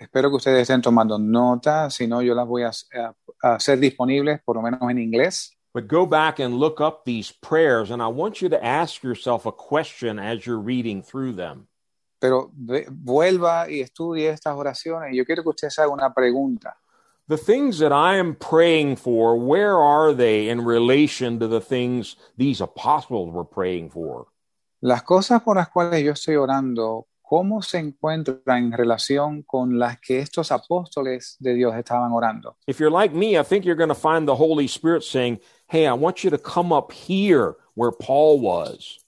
Espero que ustedes estén tomando nota, si no yo las voy a, a- a hacer disponibles por lo menos en inglés.
But go back and look up these prayers, and I want you to ask yourself a question as you're reading through them.
Pero ve- vuelva y estudie estas oraciones. Yo quiero que usted se haga una pregunta.
The things that I am praying for, where are they in relation to the things these apostles were praying for?
Las cosas por las cuales yo estoy orando, ¿cómo se encuentran en relación con las que estos apóstoles de Dios estaban orando?
If you're like me, I think you're going to find the Holy Spirit saying, Hey, I want you to come up here where Paul was.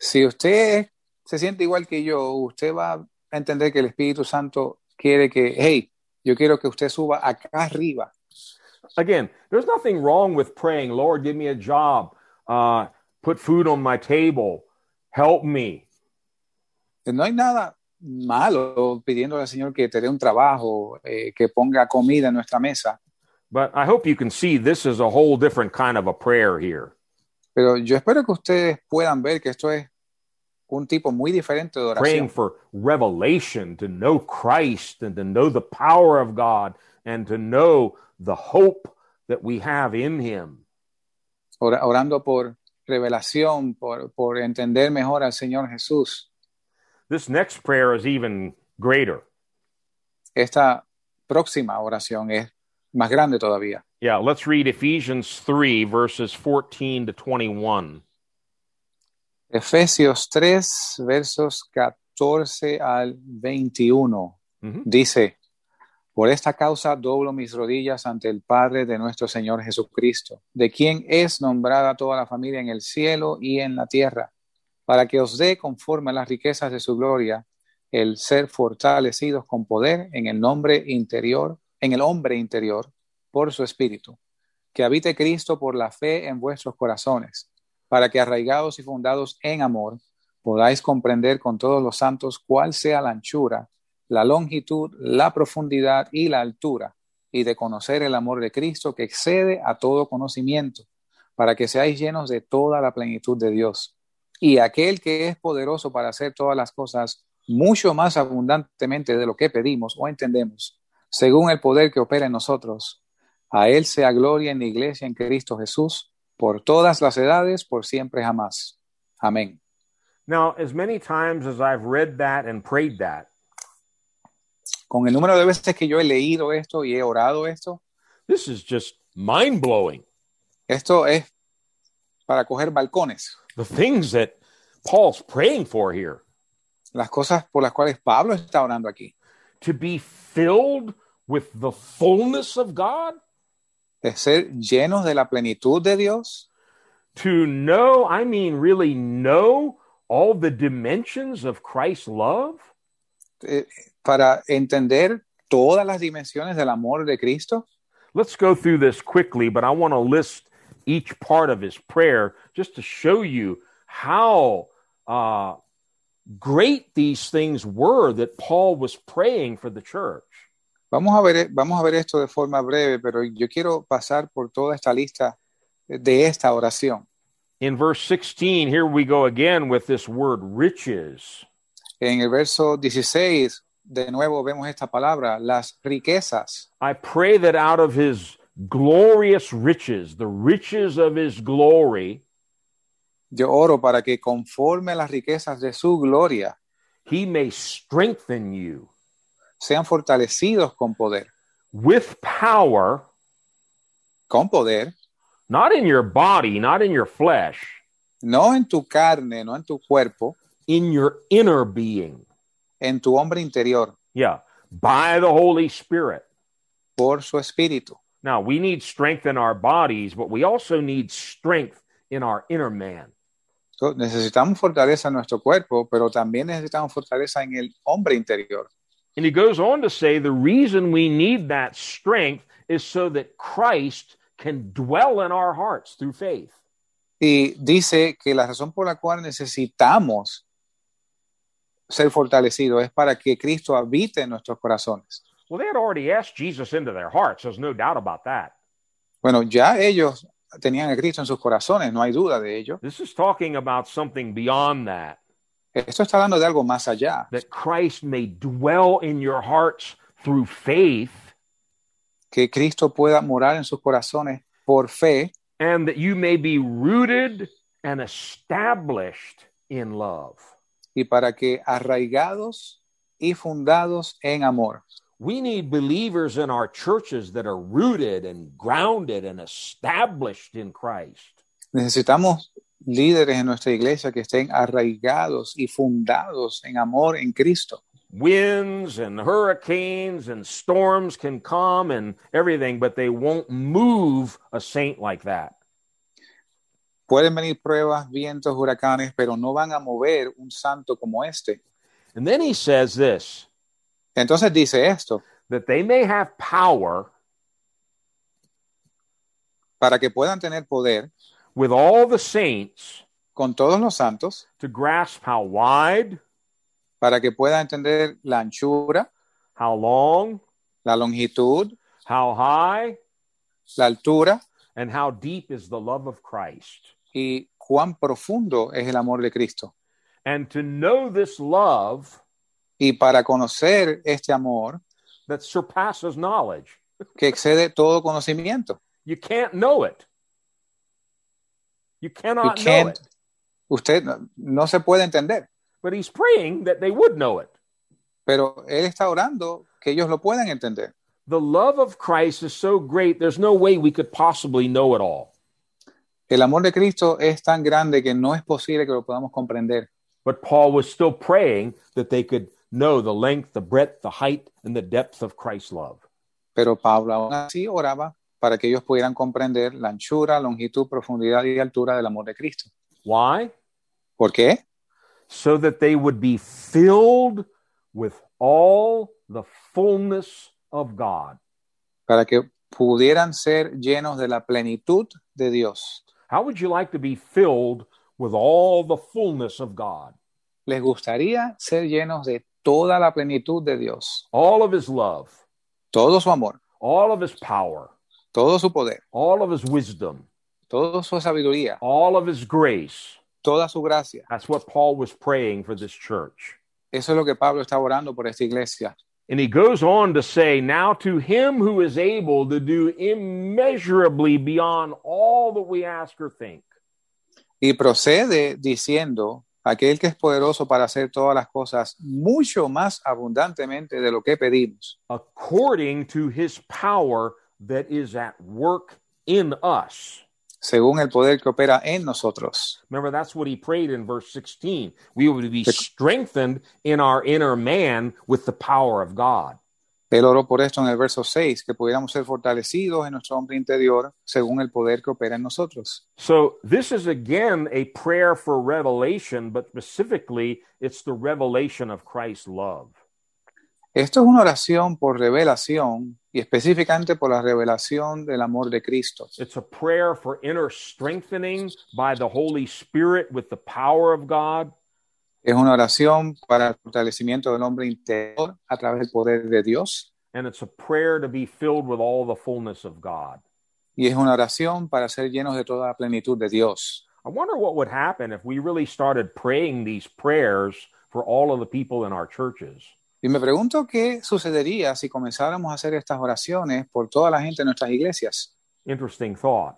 Si usted se siente igual que yo, usted va a entender que el Espíritu Santo quiere que, hey, yo quiero que usted suba acá arriba.
again, there's nothing wrong with praying, Lord, give me a job, uh, put food on my table, Help me.
No hay nada malo pidiéndole al Señor que te dé un trabajo, eh, que ponga comida en nuestra mesa.
But I hope you can see this is a whole different kind of a prayer here.
Pero yo espero que ustedes puedan ver que esto es un tipo muy diferente de
Praying
oración.
for revelation to know Christ and to know the power of God and to know the hope that we have in Him.
Ora- orando por revelación, por, por entender mejor al Señor Jesús.
This next prayer is even greater.
Esta próxima oración es más grande todavía.
Yeah, let's read Ephesians 3, verses 14 to 21.
Efesios 3, versos 14 al 21.
Ujú.
Dice, por esta causa doblo mis rodillas ante el Padre de nuestro Señor Jesucristo, de quien es nombrada toda la familia en el cielo y en la tierra, para que os dé conforme a las riquezas de su gloria el ser fortalecidos con poder en el nombre interior, en el hombre interior, por su espíritu, que habite Cristo por la fe en vuestros corazones para que arraigados y fundados en amor podáis comprender con todos los santos cuál sea la anchura, la longitud, la profundidad y la altura, y de conocer el amor de Cristo que excede a todo conocimiento, para que seáis llenos de toda la plenitud de Dios. Y aquel que es poderoso para hacer todas las cosas mucho más abundantemente de lo que pedimos o entendemos, según el poder que opera en nosotros, a él sea gloria en la iglesia en Cristo Jesús por todas las edades, por siempre jamás. Amén.
Now, as many times as I've read that and prayed that,
Con el número de veces que yo he leído esto y he orado esto,
this is just mind blowing.
esto es para coger balcones.
The things that Paul's praying for here
Las cosas por las cuales Pablo está orando aquí.
to be filled with the fullness of God,
De ser llenos de la plenitud de Dios,
to know, I mean, really know all the dimensions of Christ's love.
eh, para entender todas las dimensiones del amor de Cristo.
Let's go through this quickly, but I want to list each part of his prayer just to show you how uh, great these things were that Paul was praying for the church.
Vamos a, ver, vamos a ver esto de forma breve, pero yo quiero pasar por toda esta lista de esta oración.
In verse 16, here we go again with this word riches.
En el verso 16, de nuevo vemos esta palabra, las riquezas.
I pray that out of his glorious riches, the riches of his glory,
Yo oro para que conforme a las riquezas de su gloria
he may strengthen you
sean fortalecidos con poder.
with power,
Con poder,
not in your body, not in your flesh,
no en tu carne, no en tu cuerpo,
in your inner being.
en tu hombre interior,
Yeah, by the Holy Spirit.
por su espíritu.
Now, we need strength in our bodies, but we also need strength in our inner man.
So, necesitamos fortaleza en nuestro cuerpo, pero también necesitamos fortaleza en el hombre interior.
And he goes on to say the reason we need that strength is so that Christ can dwell in our hearts through faith.
Y dice que la razón por la cual necesitamos ser fortalecidos es para que Cristo habite en nuestros corazones.
Well, they had already asked Jesus into their hearts. There's no doubt about that.
Bueno, ya ellos tenían a Cristo en sus corazones, no hay duda de ello.
This is talking about something beyond that,
Esto está hablando de algo más allá,
that Christ may dwell in your hearts through faith,
que Cristo pueda morar en sus corazones por fe
and that you may be rooted and established in love.
y para que arraigados y fundados en amor.
We need believers in our churches that are rooted and grounded and established in Christ.
Necesitamos líderes en nuestra iglesia que estén arraigados y fundados en amor en Cristo.
Winds and hurricanes and storms can come and everything, but they won't move a saint like that.
Pueden venir pruebas, vientos, huracanes, pero no van a mover un santo como este.
And then he says this
Entonces dice esto,
that they may have power
para que puedan tener poder
with all the saints
con todos los santos
to grasp how wide,
para que pueda entender la anchura,
how long,
la longitud,
how high,
la altura
and how deep is the love of Christ.
y cuán profundo es el amor de Cristo.
And to know this love
Y para conocer este amor
that surpasses knowledge.
que excede todo conocimiento.
You can't know it. You
You
cannot know
can't-
it.
usted no, no se puede entender,
But he's praying that they would know it.
pero él está orando que ellos lo puedan entender.
The love of Christ is so great, there's no way we could possibly know it all.
El amor de Cristo es tan grande que no es posible que lo podamos comprender.
But Paul was still praying that they could know the length, the breadth, the height, and the depth of Christ's love.
Pero Pablo aún así oraba para que ellos pudieran comprender la anchura, longitud, profundidad y altura del amor de Cristo.
Why?
¿Por qué?
So that they would be filled with all the fullness of God.
Para que pudieran ser llenos de la plenitud de Dios.
How would you like to be filled with all the fullness of God?
Les gustaría ser llenos de toda la plenitud de Dios,
All of his love,
todo su amor,
all of his power,
todo su poder,
all of his wisdom,
toda su sabiduría,
all of his grace.
toda su gracia.
That's what Paul was praying for this church.
Eso es lo que Pablo está orando por esta iglesia.
And he goes on to say, Now to him who is able to do immeasurably beyond all that we ask or think,
Y procede diciendo, aquel que es poderoso para hacer todas las cosas mucho más abundantemente de lo que pedimos,
according to his power that is at work in us.
según el poder que opera en nosotros.
Remember, that's what he prayed in verse 16. We would be strengthened in our inner man with the power of God.
Él oró por esto en el verso 6, que pudiéramos ser fortalecidos en nuestro hombre interior según el poder que opera en nosotros.
So, this is again a prayer for revelation, but specifically, it's the revelation of Christ's love.
Esto es una oración por revelación y específicamente por la revelación del amor de Cristo.
It's a prayer for inner strengthening by the Holy Spirit with the power of God.
Es una oración para el fortalecimiento del hombre interior a través del poder de Dios
And it's a prayer to be filled with all the fullness of God.
y es una oración para ser llenos de toda la plenitud de Dios.
I wonder what would happen if we really started praying these prayers for all of the people in our churches.
Y me pregunto qué sucedería si comenzáramos a hacer estas oraciones por toda la gente en nuestras iglesias.
Interesting thought.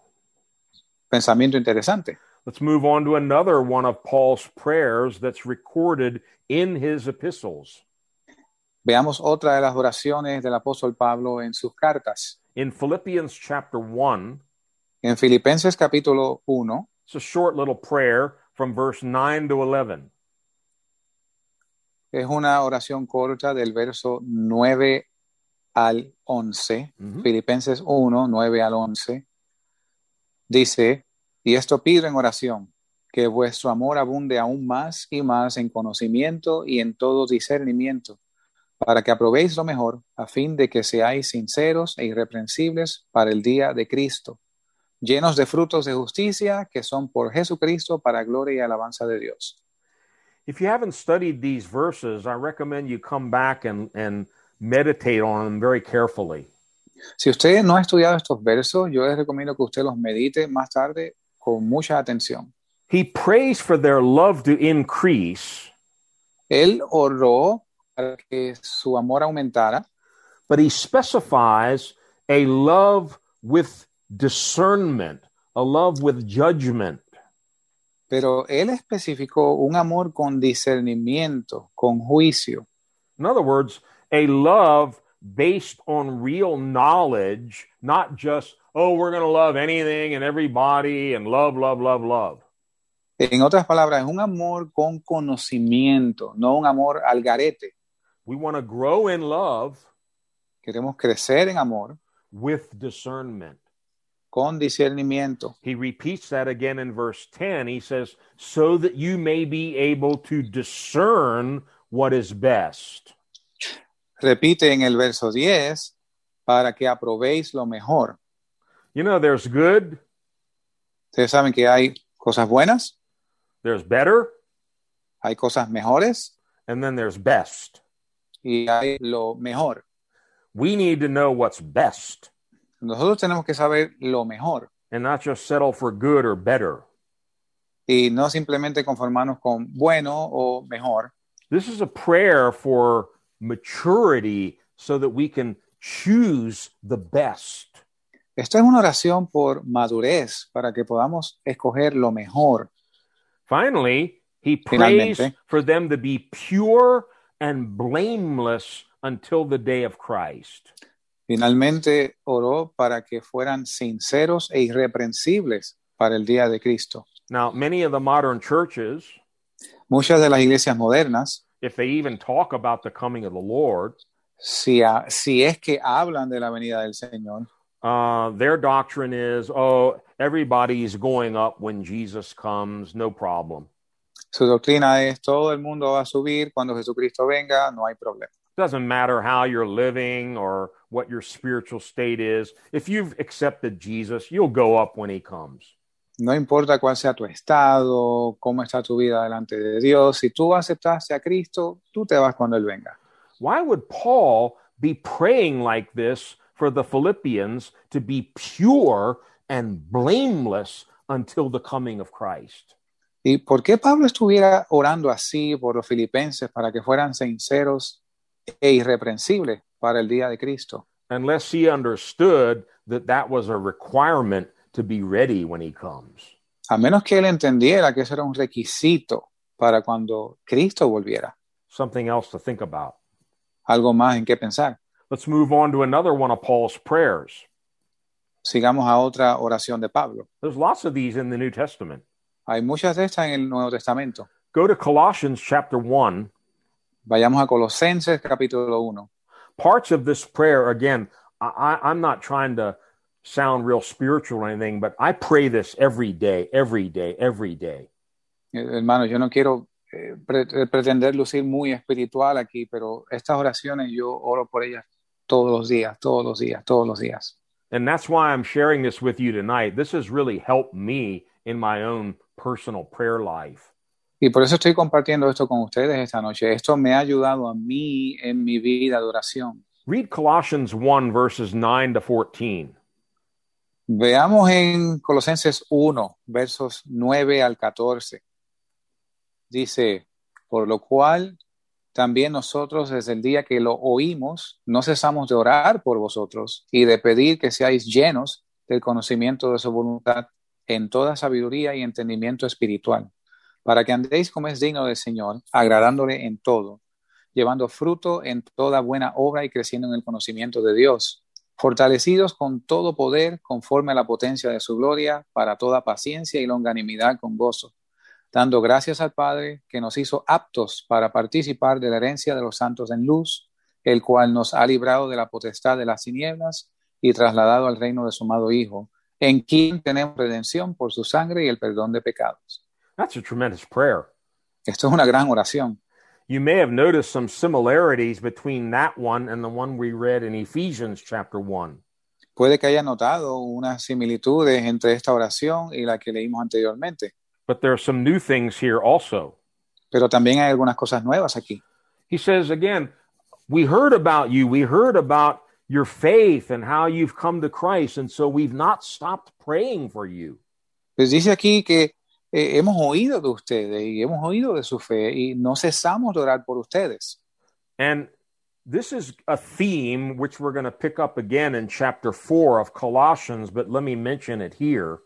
Pensamiento interesante.
Let's move on to another one of Paul's prayers that's recorded in his epistles.
Veamos otra de las oraciones del apóstol Pablo en sus cartas.
In Philippians chapter 1,
En Filipenses capítulo 1,
it's a short little prayer from verse 9 to 11.
es una oración corta del verso 9 al 11.
Mhm.
Filipenses 1, 9 al 11, dice, y esto pido en oración, que vuestro amor abunde aún más y más en conocimiento y en todo discernimiento, para que aprobéis lo mejor, a fin de que seáis sinceros e irreprensibles para el día de Cristo, llenos de frutos de justicia que son por Jesucristo para gloria y alabanza de Dios.
If you haven't studied these verses, I recommend you come back and, and meditate on them very carefully.
Si usted no ha estudiado estos versos, yo les recomiendo que usted los medite más tarde con mucha atención.
He prays for their love to increase,
Él oró para que su amor aumentara,
but he specifies a love with discernment, a love with judgment.
pero él especificó un amor con discernimiento, con juicio.
In other words, a love based on real knowledge, not just, oh, we're going to love anything and everybody and love, love, love, love.
En otras palabras, es un amor con conocimiento, no un amor al garete.
We want to grow in love
Queremos crecer en amor
with discernment.
con discernimiento.
He repeats that again in verse 10. He says, so that you may be able to discern what is best.
Repite en el verso 10, para que aprobéis lo mejor.
You know, there's good,
Ustedes saben que hay cosas buenas
There's better,
Hay cosas mejores
and then there's best.
y hay lo mejor.
We need to know what's best
Nosotros tenemos que saber lo mejor
and not just settle for good or better.
y no simplemente conformarnos con bueno o mejor.
This is a prayer for maturity so that we can choose the best.
Esto es una oración por madurez, para que podamos escoger lo mejor.
Finally, he prays
Finalmente.
for them to be pure and blameless until the day of Christ.
Finalmente oró para que fueran sinceros e irreprensibles para el día de Cristo.
Now, many of the modern churches,
Muchas de las iglesias modernas,
if they even talk about the coming of the Lord,
si, a- si es que hablan de la venida del Señor,
uh, their doctrine is, oh, everybody's going up when Jesus comes, no problem.
su doctrina es todo el mundo va a subir cuando Jesucristo venga, no hay problema.
Doesn't matter how you're living or what your spiritual state is. If you've accepted Jesus, you'll go up when he comes.
No importa cuál sea tu estado, cómo está tu vida delante de Dios, si tú aceptaste a Cristo, tú te vas cuando Él venga.
Why would Paul be praying like this for the Philippians to be pure and blameless until the coming of Christ?
¿Y por qué Pablo estuviera orando así por los filipenses para que fueran sinceros e irreprensibles para el día de Cristo?
Unless he understood that that was a requirement to be ready when he comes.
A menos que Él entendiera que eso era un requisito para cuando Cristo volviera.
Something else to think about.
Algo más en qué pensar.
Let's move on to another one of Paul's prayers.
Sigamos a otra oración de Pablo.
There's lots of these in the New Testament.
Hay muchas de estas en el Nuevo Testamento.
Go to Colossians chapter 1.
Vayamos a Colosenses capítulo 1.
parts of this prayer again I, I, i'm not trying to sound real spiritual or anything but i pray this every day every day every day
Eh, Hermano, yo no quiero eh, pre- eh, pretender lucir muy espiritual aquí, pero estas oraciones yo oro por ellas todos los días, todos los días, todos los días.
and that's why i'm sharing this with you tonight this has really helped me in my own personal prayer life
Y por eso estoy compartiendo esto con ustedes esta noche. Esto me ha ayudado a mí en mi vida de oración.
read colossians 1 verses 9 to 14
Veamos en Colosenses 1, versos 9 al 14. Dice, por lo cual también nosotros desde el día que lo oímos, no cesamos de orar por vosotros y de pedir que seáis llenos del conocimiento de su voluntad en toda sabiduría y entendimiento espiritual, para que andéis como es digno del Señor, agradándole en todo, llevando fruto en toda buena obra y creciendo en el conocimiento de Dios fortalecidos con todo poder conforme a la potencia de su gloria, para toda paciencia y longanimidad con gozo, dando gracias al Padre que nos hizo aptos para participar de la herencia de los santos en luz, el cual nos ha librado de la potestad de las tinieblas y trasladado al reino de su amado Hijo, en quien tenemos redención por su sangre y el perdón de pecados.
that's a tremendous prayer
Esto es una gran oración.
you may have noticed some similarities between that one and the one we read in ephesians chapter 1
Puede que haya notado unas similitudes entre esta oración y la que leímos anteriormente,
but there are some new things here also
pero también hay algunas cosas nuevas aquí.
He says again, We heard about you. We heard about your faith and how you've come to Christ. And so we've not stopped praying for you.
Pues dice aquí que eh, hemos oído de ustedes y hemos oído de su fe y no cesamos de orar por ustedes.
And this is a theme which we're going to pick up again in chapter four of Colossians, but let me mention it here.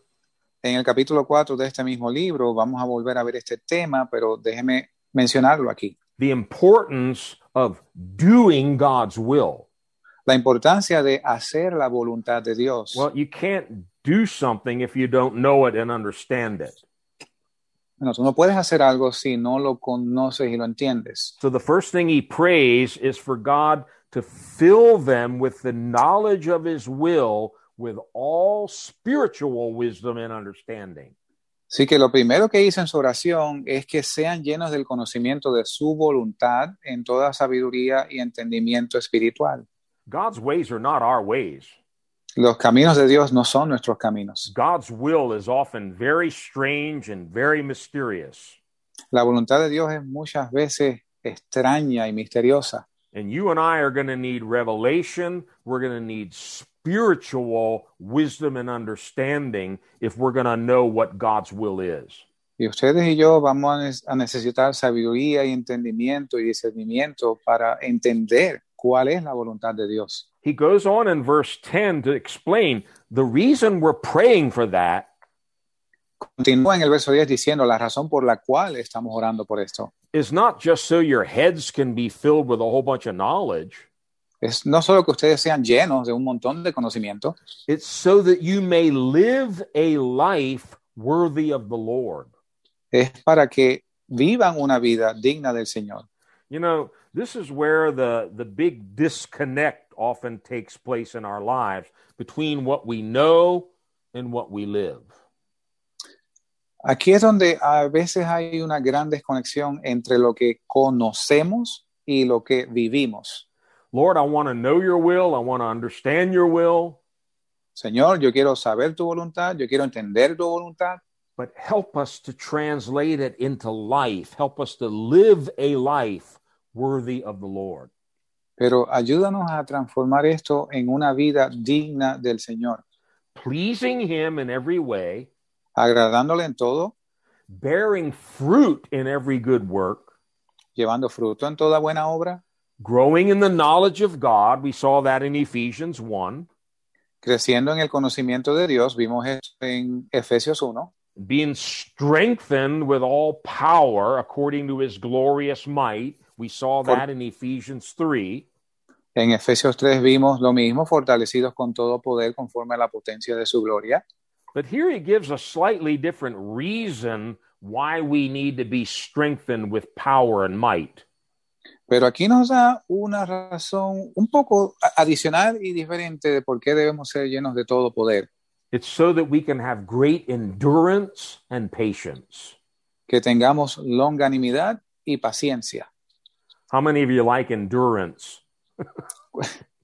En el capítulo 4 de este mismo libro vamos a volver a ver este tema, pero déjeme mencionarlo aquí.
The importance of doing God's will.
La importancia de hacer la voluntad de Dios.
Well, you can't do something if you don't know it and understand it.
Bueno, tú no puedes hacer algo si no lo conoces y lo entiendes.
So the first thing he prays is for God to fill them with the knowledge of his will with all spiritual wisdom and understanding.
Así que lo primero que hice en su oración es que sean llenos del conocimiento de su voluntad en toda sabiduría y entendimiento espiritual.
God's ways are not our ways.
Los caminos de Dios no son nuestros caminos.
God's will is often very strange and very mysterious.
La voluntad de Dios es muchas veces extraña y misteriosa.
And you and I are going to need revelation. We're going to need spiritual wisdom and understanding if we're going to know what God's will is.
Y ustedes y yo vamos a nes- a necesitar sabiduría y entendimiento y discernimiento para entender cuál es la voluntad de Dios.
He goes on in verse 10 to explain the reason we're praying for that
Continúa en el verso 10 diciendo la razón por la cual estamos orando por esto.
is not just so your heads can be filled with a whole bunch of knowledge,
Es no solo que ustedes sean llenos de un montón de conocimiento,
it's so that you may live a life worthy of the Lord.
es para que vivan una vida digna del Señor.
You know, this is where the, the big disconnect often takes place in our lives between what we know and what we live.
Aquí es donde a veces hay una gran desconexión entre lo que conocemos y lo que vivimos.
Lord, I want to know your will. I want to understand your will,
Señor, yo quiero saber tu voluntad, yo quiero entender tu voluntad,
but help us to translate it into life. Help us to live a life worthy of the Lord.
pero ayúdanos a transformar esto en una vida digna del Señor,
pleasing him in every way,
agradándole en todo,
bearing fruit in every good work,
llevando fruto en toda buena obra,
growing in the knowledge of God. We saw that in Ephesians 1,
creciendo en el conocimiento de Dios. Vimos esto en Efesios 1,
being strengthened with all power according to his glorious might. We saw that in Ephesians 3,
en Efesios 3 vimos lo mismo, fortalecidos con todo poder conforme a la potencia de su gloria.
but here he gives a slightly different reason why we need to be strengthened with power and might.
Pero aquí nos da una razón un poco a- adicional y diferente de por qué debemos ser llenos de todo poder,
It's so that we can have great endurance and patience.
que tengamos longanimidad y paciencia.
How many of you like endurance?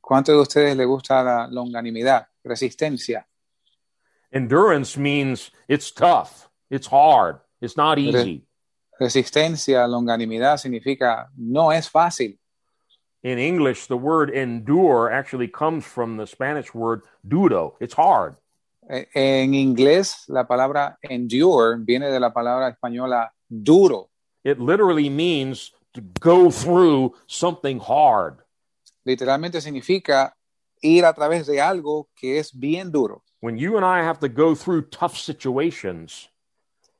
¿Cuántos de ustedes les gusta la longanimidad, resistencia?
Endurance means it's tough, it's hard, it's not
It is.
easy.
Resistencia, longanimidad significa no es fácil.
In English, the word endure actually comes from the Spanish word duro. It's hard.
Eh, En inglés, la palabra endure viene de la palabra española duro.
It literally means to go through something hard.
Literalmente significa ir a través de algo que es bien duro.
When you and I have to go through tough situations,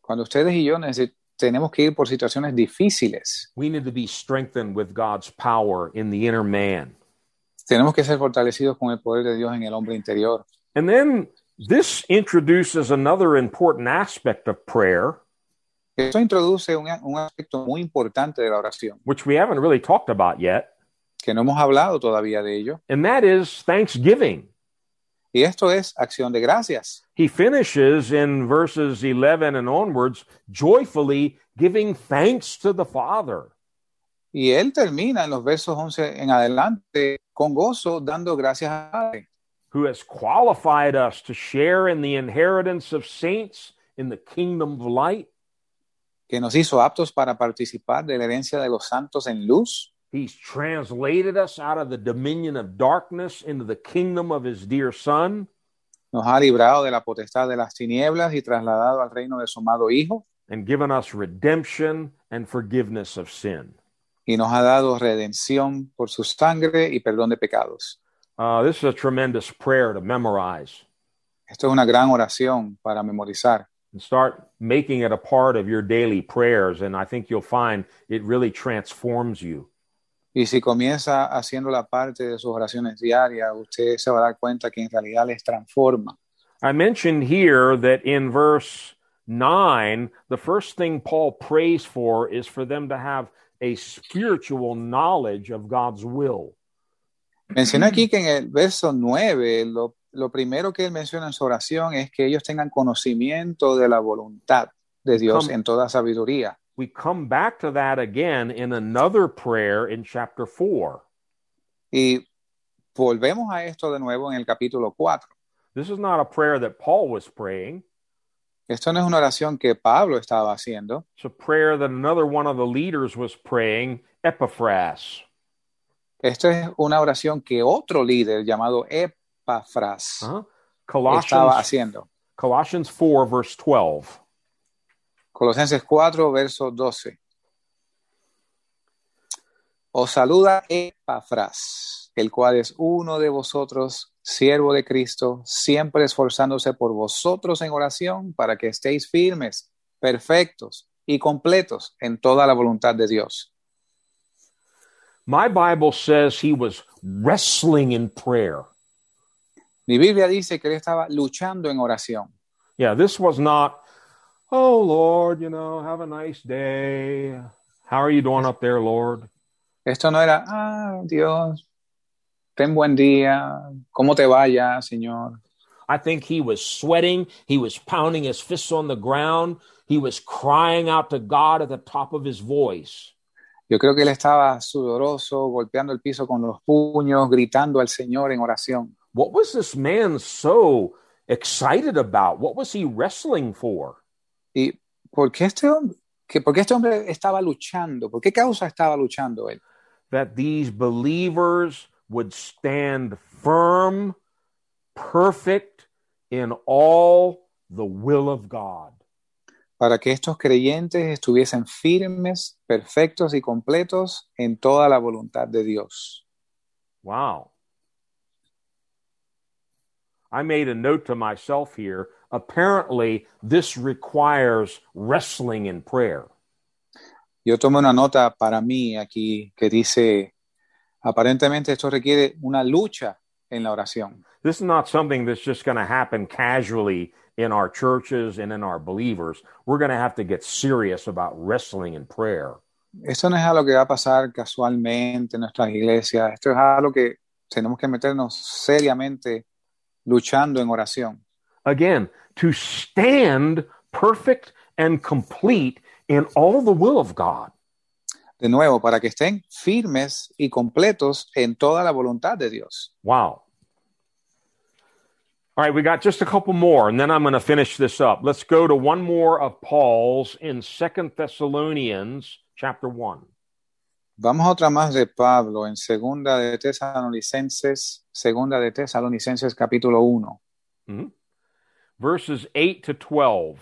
Cuando ustedes y yo necesi- tenemos que ir por situaciones difíciles,
we need to be strengthened with God's power in the inner man.
tenemos que ser fortalecidos con el poder de Dios en el hombre interior.
And then this introduces another important aspect of prayer,
Esto introduce un, a- un aspecto muy importante de la oración,
which we haven't really talked about yet,
que no hemos hablado todavía de ello,
and that is thanksgiving.
y esto es acción de gracias.
he finishes in verses 11 and onwards joyfully giving thanks to the father
Y él termina en los versos 11 en adelante con gozo, dando gracias a Padre,
who has qualified us to share in the inheritance of saints in the kingdom of light
que nos hizo aptos para participar de la herencia de los santos en luz,
he's translated us out of the dominion of darkness into the kingdom of his dear son
nos ha librado de la potestad de las tinieblas y trasladado al reino de su amado Hijo,
and given us redemption and forgiveness of sin
y nos ha dado redención por su sangre y perdón de pecados.
uh, this is a tremendous prayer to memorize
Esto es una gran oración para memorizar.
and start making it a part of your daily prayers. And I think you'll find it really transforms you.
Y si comienza haciendo la parte de sus oraciones diarias, usted se va a dar cuenta que en realidad les transforma.
I mentioned here that in verse 9, the first thing Paul prays for is for them to have a spiritual knowledge of God's will.
Menciona aquí que en el verso 9, lo, lo primero que él menciona en su oración es que ellos tengan conocimiento de la voluntad de Dios
Come.
en toda sabiduría.
We come back to that again in another prayer in chapter 4.
Y volvemos a esto de nuevo en el capítulo 4.
This is not a prayer that Paul was praying.
Esto no es una oración que Pablo estaba haciendo.
It's a prayer that another one of the leaders was praying, Epaphras.
Esta es una oración que otro líder llamado Epafras
Huh? Ah,
estaba
Colossians,
haciendo.
Colossians 4, verse 12.
Colosenses 4, verso 12. Os saluda Epafras, el cual es uno de vosotros, siervo de Cristo, siempre esforzándose por vosotros en oración para que estéis firmes, perfectos y completos en toda la voluntad de Dios.
My Bible says he was wrestling in prayer.
Mi Biblia dice que él estaba luchando en oración.
Yeah, this was not, oh Lord, you know, have a nice day. How are you doing up there, Lord?
Esto no era, ah, Dios, ten buen día, cómo te vaya, Señor.
I think he was sweating. He was pounding his fists on the ground. He was crying out to God at the top of his voice.
Yo creo que él estaba sudoroso, golpeando el piso con los puños, gritando al Señor en oración.
What was this man so excited about? What was he wrestling for?
¿Y por qué este hombre, que, por qué este hombre estaba luchando? ¿Por qué causa estaba luchando él?
That these believers would stand firm, perfect in all the will of God.
Para que estos creyentes estuviesen firmes, perfectos y completos en toda la voluntad de Dios.
Wow. I made a note to myself here. Apparently, this requires wrestling in prayer.
Yo tomé una nota para mí aquí que dice, aparentemente esto requiere una lucha en la oración.
This is not something that's just going to happen casually in our churches and in our believers. We're going to have to get serious about wrestling in prayer.
Esto no es algo que va a pasar casualmente en nuestras iglesias, esto es algo que tenemos que meternos seriamente luchando en oración.
Again, to stand perfect and complete in all the will of God.
De nuevo, para que estén firmes y completos en toda la voluntad de Dios.
Wow. All right, we got just a couple more, and then I'm going to finish this up. Let's go to one more of Paul's in Second Thessalonians chapter 1.
Vamos a otra más de Pablo en segunda de Tesalonicenses, segunda de Tesalonicenses capítulo 1,
Mhm. Verses 8 to 12.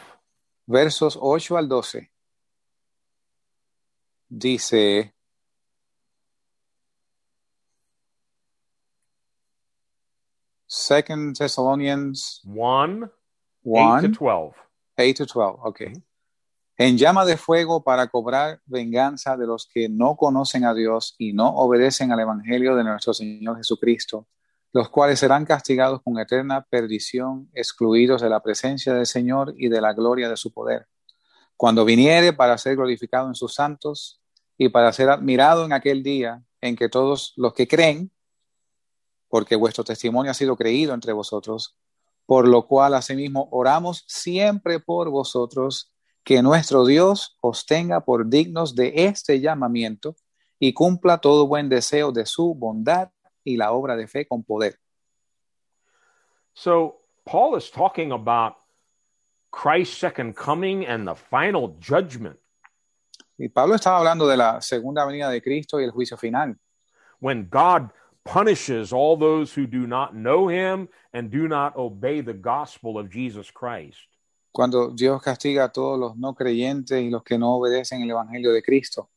versos 8 al 12. Dice, Second Thessalonians
1, 8 to
1,
12.
8 to 12, ok. En llama de fuego para cobrar venganza de los que no conocen a Dios y no obedecen al Evangelio de nuestro Señor Jesucristo, los cuales serán castigados con eterna perdición, excluidos de la presencia del Señor y de la gloria de su poder. Cuando viniere para ser glorificado en sus santos y para ser admirado en aquel día en que todos los que creen, porque vuestro testimonio ha sido creído entre vosotros, por lo cual asimismo oramos siempre por vosotros, que nuestro Dios os tenga por dignos de este llamamiento y cumpla todo buen deseo de su bondad y la obra de fe con poder.
So, Paul is talking about Christ's second coming and the final judgment.
Y Pablo estaba hablando de la segunda venida de Cristo y el juicio final,
when God punishes all those who do not know him and do not obey the gospel of Jesus Christ.
cuando Dios castiga a todos los no creyentes y los que no obedecen el Evangelio de Cristo.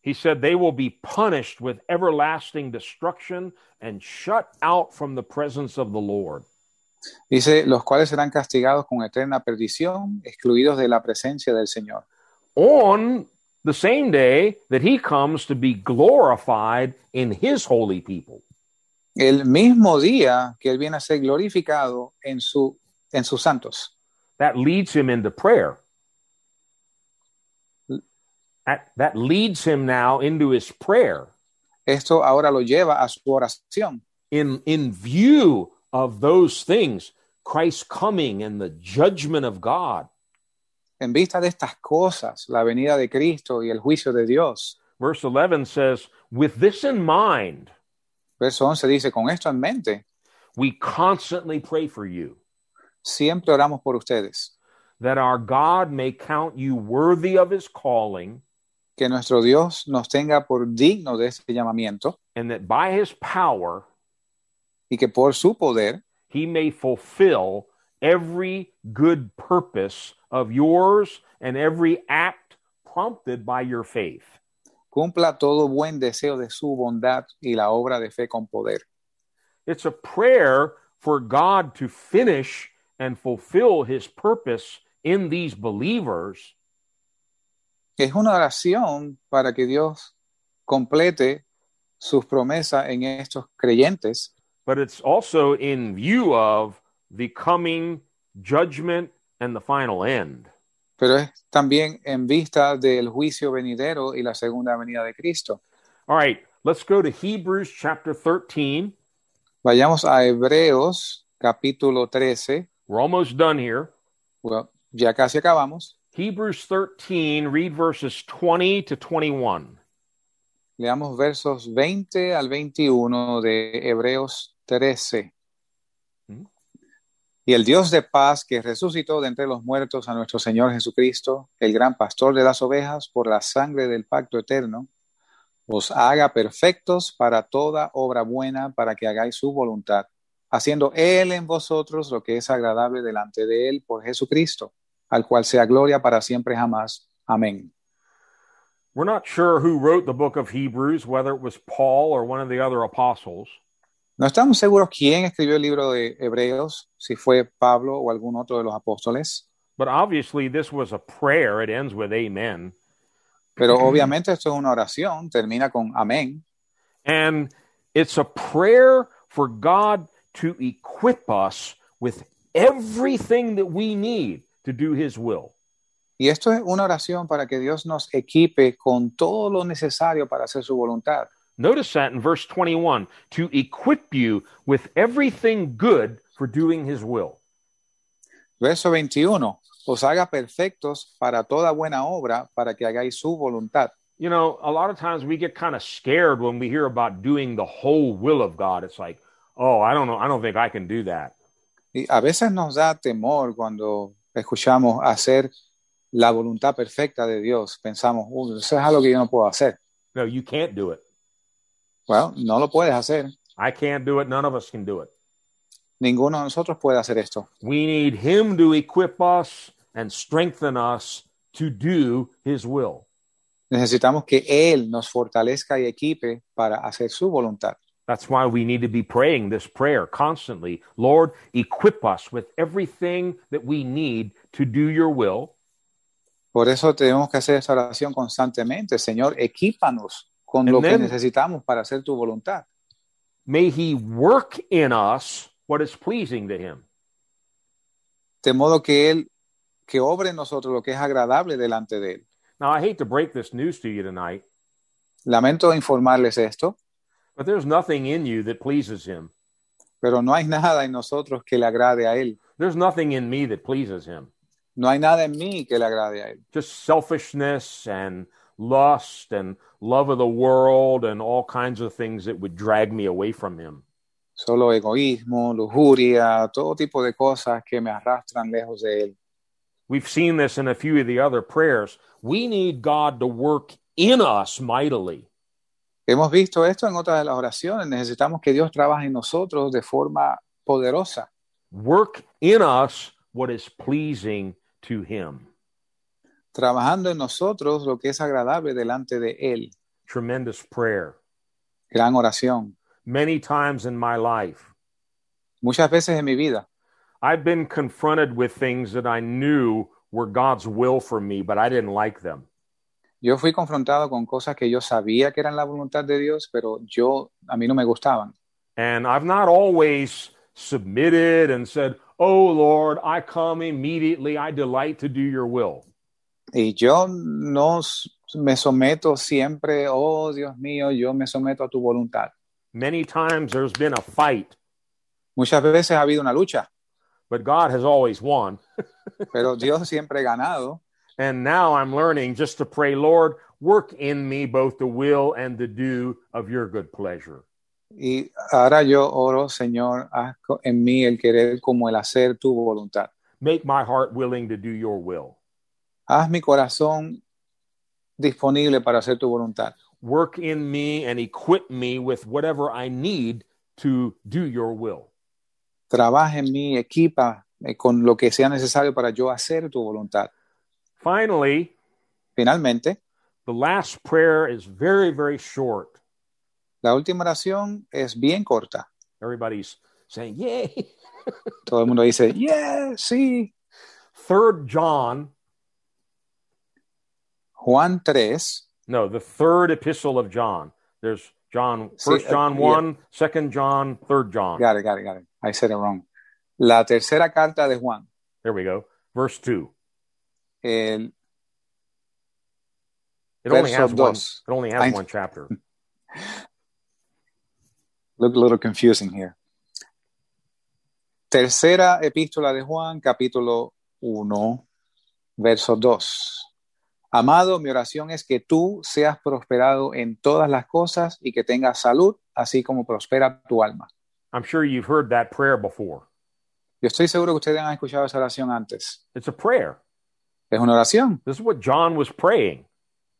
He said they will be punished with everlasting destruction and shut out from the presence of the Lord.
Dice, los cuales serán castigados con eterna perdición, excluidos de la presencia del Señor.
On the same day that he comes to be glorified in his holy people.
el mismo día que él viene a ser glorificado en su en sus santos.
That leads him into prayer. That, that leads him now into his prayer.
Esto ahora lo lleva a su oración.
in in view of those things christ's coming and the judgment of god
En vista de estas cosas, la venida de Cristo y el juicio de Dios.
verse 11 says with this in mind
Verso 11 dice, con esto en mente,
We constantly pray for you
Siempre oramos por ustedes,
that our God may count you worthy of his calling
que nuestro Dios nos tenga por digno de este llamamiento
and that by his power
y que por su poder
he may fulfill every good purpose of yours and every act prompted by your faith.
cumpla todo buen deseo de su bondad y la obra de fe con poder.
It's a prayer for God to finish and fulfill his purpose in these believers
Es una oración para que Dios complete sus promesas en estos creyentes,
but it's also in view of the coming judgment and the final end.
pero es también en vista del juicio venidero y la segunda venida de Cristo.
All right, let's go to Hebrews chapter 13.
Vayamos a Hebreos capítulo 13,
We're almost done here.
Bueno, ya casi acabamos.
Hebrews 13, read verses 20 to 21.
Leamos versos 20 al 21 de Hebreos 13.
Mm.
Y el Dios de paz que resucitó de entre los muertos a nuestro Señor Jesucristo, el gran pastor de las ovejas, por la sangre del pacto eterno, os haga perfectos para toda obra buena, para que hagáis su voluntad, haciendo Él en vosotros lo que es agradable delante de Él por Jesucristo, al cual sea gloria para siempre jamás. Amén.
We're not sure who wrote the book of Hebrews, whether it was Paul or one of the other apostles,
No estamos seguros quién escribió el libro de Hebreos, si fue Pablo o algún otro de los apóstoles,
but obviously this was a prayer. It ends with amen.
pero obviamente esto es una oración, termina con amén,
And it's a prayer for God to equip us with everything that we need to do his will.
y esto es una oración para que Dios nos equipe con todo lo necesario para hacer su voluntad.
Notice that in verse 21 to equip you with everything good for doing his will.
Verso 21, os haga perfectos para toda buena obra, para que hagáis su voluntad.
you know, a lot of times we get kind of scared when we hear about doing the whole will of God. It's like, oh, I don't know. I don't think I can do that.
Y a veces nos da temor cuando escuchamos hacer la voluntad perfecta de Dios, pensamos, "Uy, eso es algo que yo no puedo hacer.
No, you can't do it.
Bueno, no lo puedes hacer.
I can't do it. None of us can do it.
Ninguno de nosotros puede hacer esto.
We need Him to equip us and strengthen us to do His will.
Necesitamos que Él nos fortalezca y equipe para hacer su voluntad.
That's why we need to be praying this prayer constantly. Lord, equip us with everything that we need to do your will.
Por eso tenemos que hacer esta oración constantemente. Señor, equípanos con
And
lo que
then-
necesitamos para hacer tu voluntad.
May He work in us what is pleasing to Him.
De modo que Él, que obre en nosotros lo que es agradable delante de Él.
Now, I hate to break this news to you tonight.
Lamento informarles esto,
But there's nothing in you that pleases him.
pero no hay nada en nosotros que le agrade a Él.
There's nothing in me that pleases him.
No hay nada en mí que le agrade a Él.
Just selfishness and lust and love of the world and all kinds of things that would drag me away from him.
Solo egoísmo, lujuria, todo tipo de cosas que me arrastran lejos de Él.
We've seen this in a few of the other prayers. We need God to work in us mightily.
Hemos visto esto en otras de las oraciones. Necesitamos que Dios trabaje en nosotros de forma poderosa.
Work in us what is pleasing to him.
Trabajando en nosotros lo que es agradable delante de Él.
Tremendous prayer.
Gran oración.
Many times in my life,
Muchas veces en mi vida
I've been confronted with things that I knew were God's will for me, but I didn't like them.
yo fui confrontado con cosas que yo sabía que eran la voluntad de Dios, pero yo a mí no me gustaban.
And I've not always submitted and said, Oh Lord, I come immediately. I delight to do your will.
Y yo no s- me someto siempre, oh Dios mío, yo me someto a tu voluntad.
Many times there's been a fight,
Muchas veces ha habido una lucha,
but God has always won.
pero Dios siempre ha ganado.
And now I'm learning just to pray, Lord, work in me both the will and the do of your good pleasure.
Y ahora yo oro, Señor, haz co- en mí el querer como el hacer tu voluntad.
Make my heart willing to do your will.
Haz mi corazón disponible para hacer tu voluntad.
Work in me and equip me with whatever I need to do your will.
Trabaja en mí, equipa eh, con lo que sea necesario para yo hacer tu voluntad.
Finally,
Finalmente,
the last prayer is very, very short.
la última oración es bien corta.
Everybody's saying, Yay!
Todo el mundo dice, yeah, sí.
Third John,
Juan 3,
no, the third epistle of John. There's John,
See,
First
uh,
John
yeah.
one, Second John, Third John.
got it, got it, got it. I said it wrong. La tercera carta de Juan,
There we go. Verse two.
el
It only
Verso
has one.
dos.
It only has
Ein-
one chapter.
look a little confusing here. Tercera epístola de Juan, capítulo 1, verso 2. Amado, mi oración es que tú seas prosperado en todas las cosas y que tengas salud, así como prospera tu alma.
I'm sure you've heard that prayer before.
Yo estoy seguro que ustedes han escuchado esa oración antes.
It's a prayer.
Es una oración.
This is what John was praying.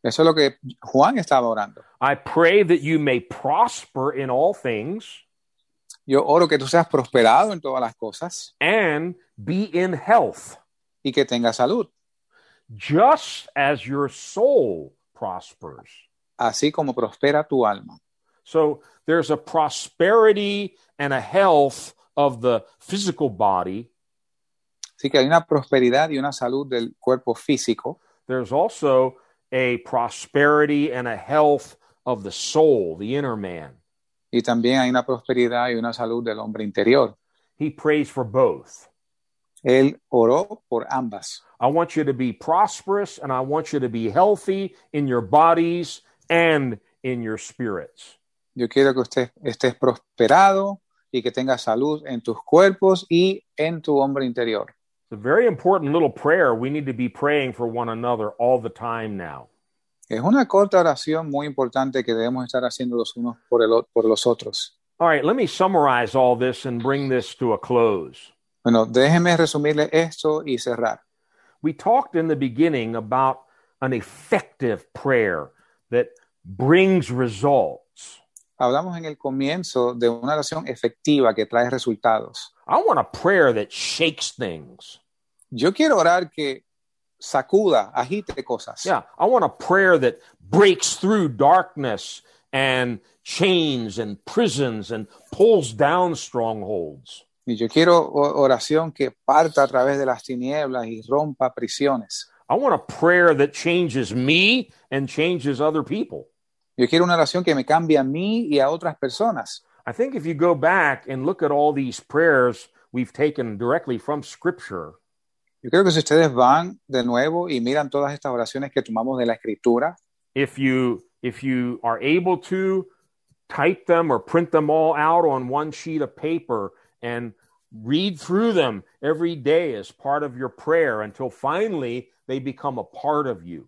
Eso es lo que Juan estaba orando.
I pray that you may prosper in all things
Yo oro que tú seas prosperado en todas las cosas
and be in health,
y que tengas salud,
just as your soul prospers.
así como prospera tu alma.
So there's a prosperity and a health of the physical body.
Así que hay una prosperidad y una salud del cuerpo físico,
There's also a prosperity and a health of the soul, the inner man.
y también hay una prosperidad y una salud del hombre interior.
He prays for both.
Él oró por ambas.
I want you to be prosperous and I want you to be healthy in your bodies and in your spirits.
Yo quiero que usted estés prosperado y que tengas salud en tus cuerpos y en tu hombre interior.
It's a very important little prayer we need to be praying for one another all the time now.
Es una corta oración muy importante que debemos estar haciendo los unos por, el, o- por los otros.
All right, let me summarize all this and bring this to a close.
Bueno, déjenme resumirle esto y cerrar.
We talked in the beginning about an effective prayer that brings results.
Hablamos en el comienzo de una oración efectiva que trae resultados.
I want a prayer that shakes things.
Yo quiero orar que sacuda, agite cosas.
Yeah, I want a prayer that breaks through darkness and chains and prisons and pulls down strongholds.
Y yo quiero o- oración que parta a través de las tinieblas y rompa prisiones.
I want a prayer that changes me and changes other people.
Yo quiero una oración que me cambie a mí y a otras personas.
I think if you go back and look at all these prayers we've taken directly from Scripture,
Yo creo que si ustedes van de nuevo y miran todas estas oraciones que tomamos de la escritura,
if you if you are able to type them or print them all out on one sheet of paper and read through them every day as part of your prayer until finally they become a part of you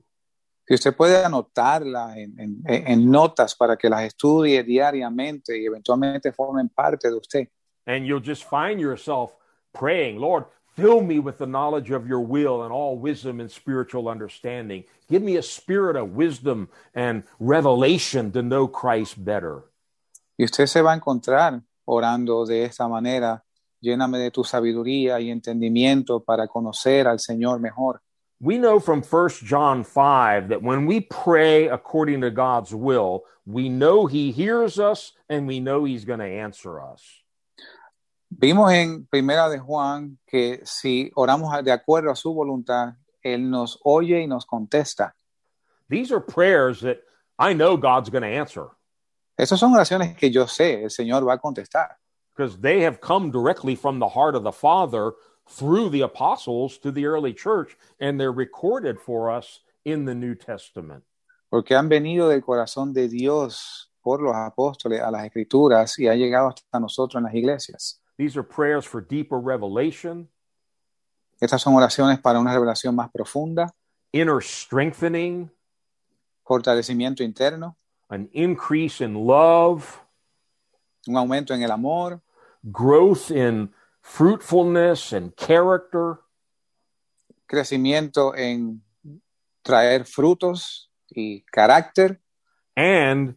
si usted puede anotarlas en, en- en notas para que las estudie diariamente y eventualmente formen parte de usted,
and you'll just find yourself praying lord fill me with the knowledge of your will and all wisdom and spiritual understanding give me a spirit of wisdom and revelation to know christ better
y usted se va a encontrar orando de esta manera, lléname de tu sabiduría y entendimiento para conocer al Señor mejor.
We know from 1 John 5 that when we pray according to God's will, we know He hears us and we know He's going to answer us.
Vimos en Primera de Juan que si oramos a- de acuerdo a su voluntad, Él nos oye y nos contesta.
These are prayers that I know God's going to answer
Esas son oraciones que yo sé el Señor va a contestar,
because they have come directly from the heart of the Father through the apostles to the early church, and they're recorded for us in the New Testament.
porque han venido del corazón de Dios por los apóstoles a las escrituras y ha llegado hasta nosotros en las iglesias.
These are prayers for deeper revelation,
Estas son oraciones para una revelación más profunda,
inner strengthening,
fortalecimiento interno,
an increase in love.
un aumento en el amor,
growth in fruitfulness and character,
crecimiento en traer frutos y carácter
and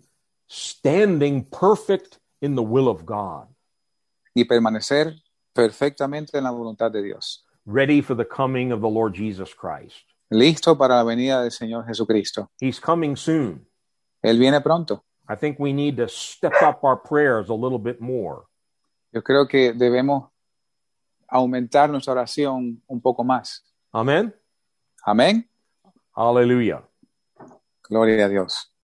standing perfect in the will of God,
y permanecer perfectamente en la voluntad de Dios.
ready for the coming of the Lord Jesus Christ.
Listo para la venida del Señor Jesucristo.
He's coming soon.
Él viene pronto.
I think we need to step up our prayers a little bit more.
Yo creo que debemos aumentar nuestra oración un poco más.
Amen.
Amén.
Hallelujah.
Gloria a Dios.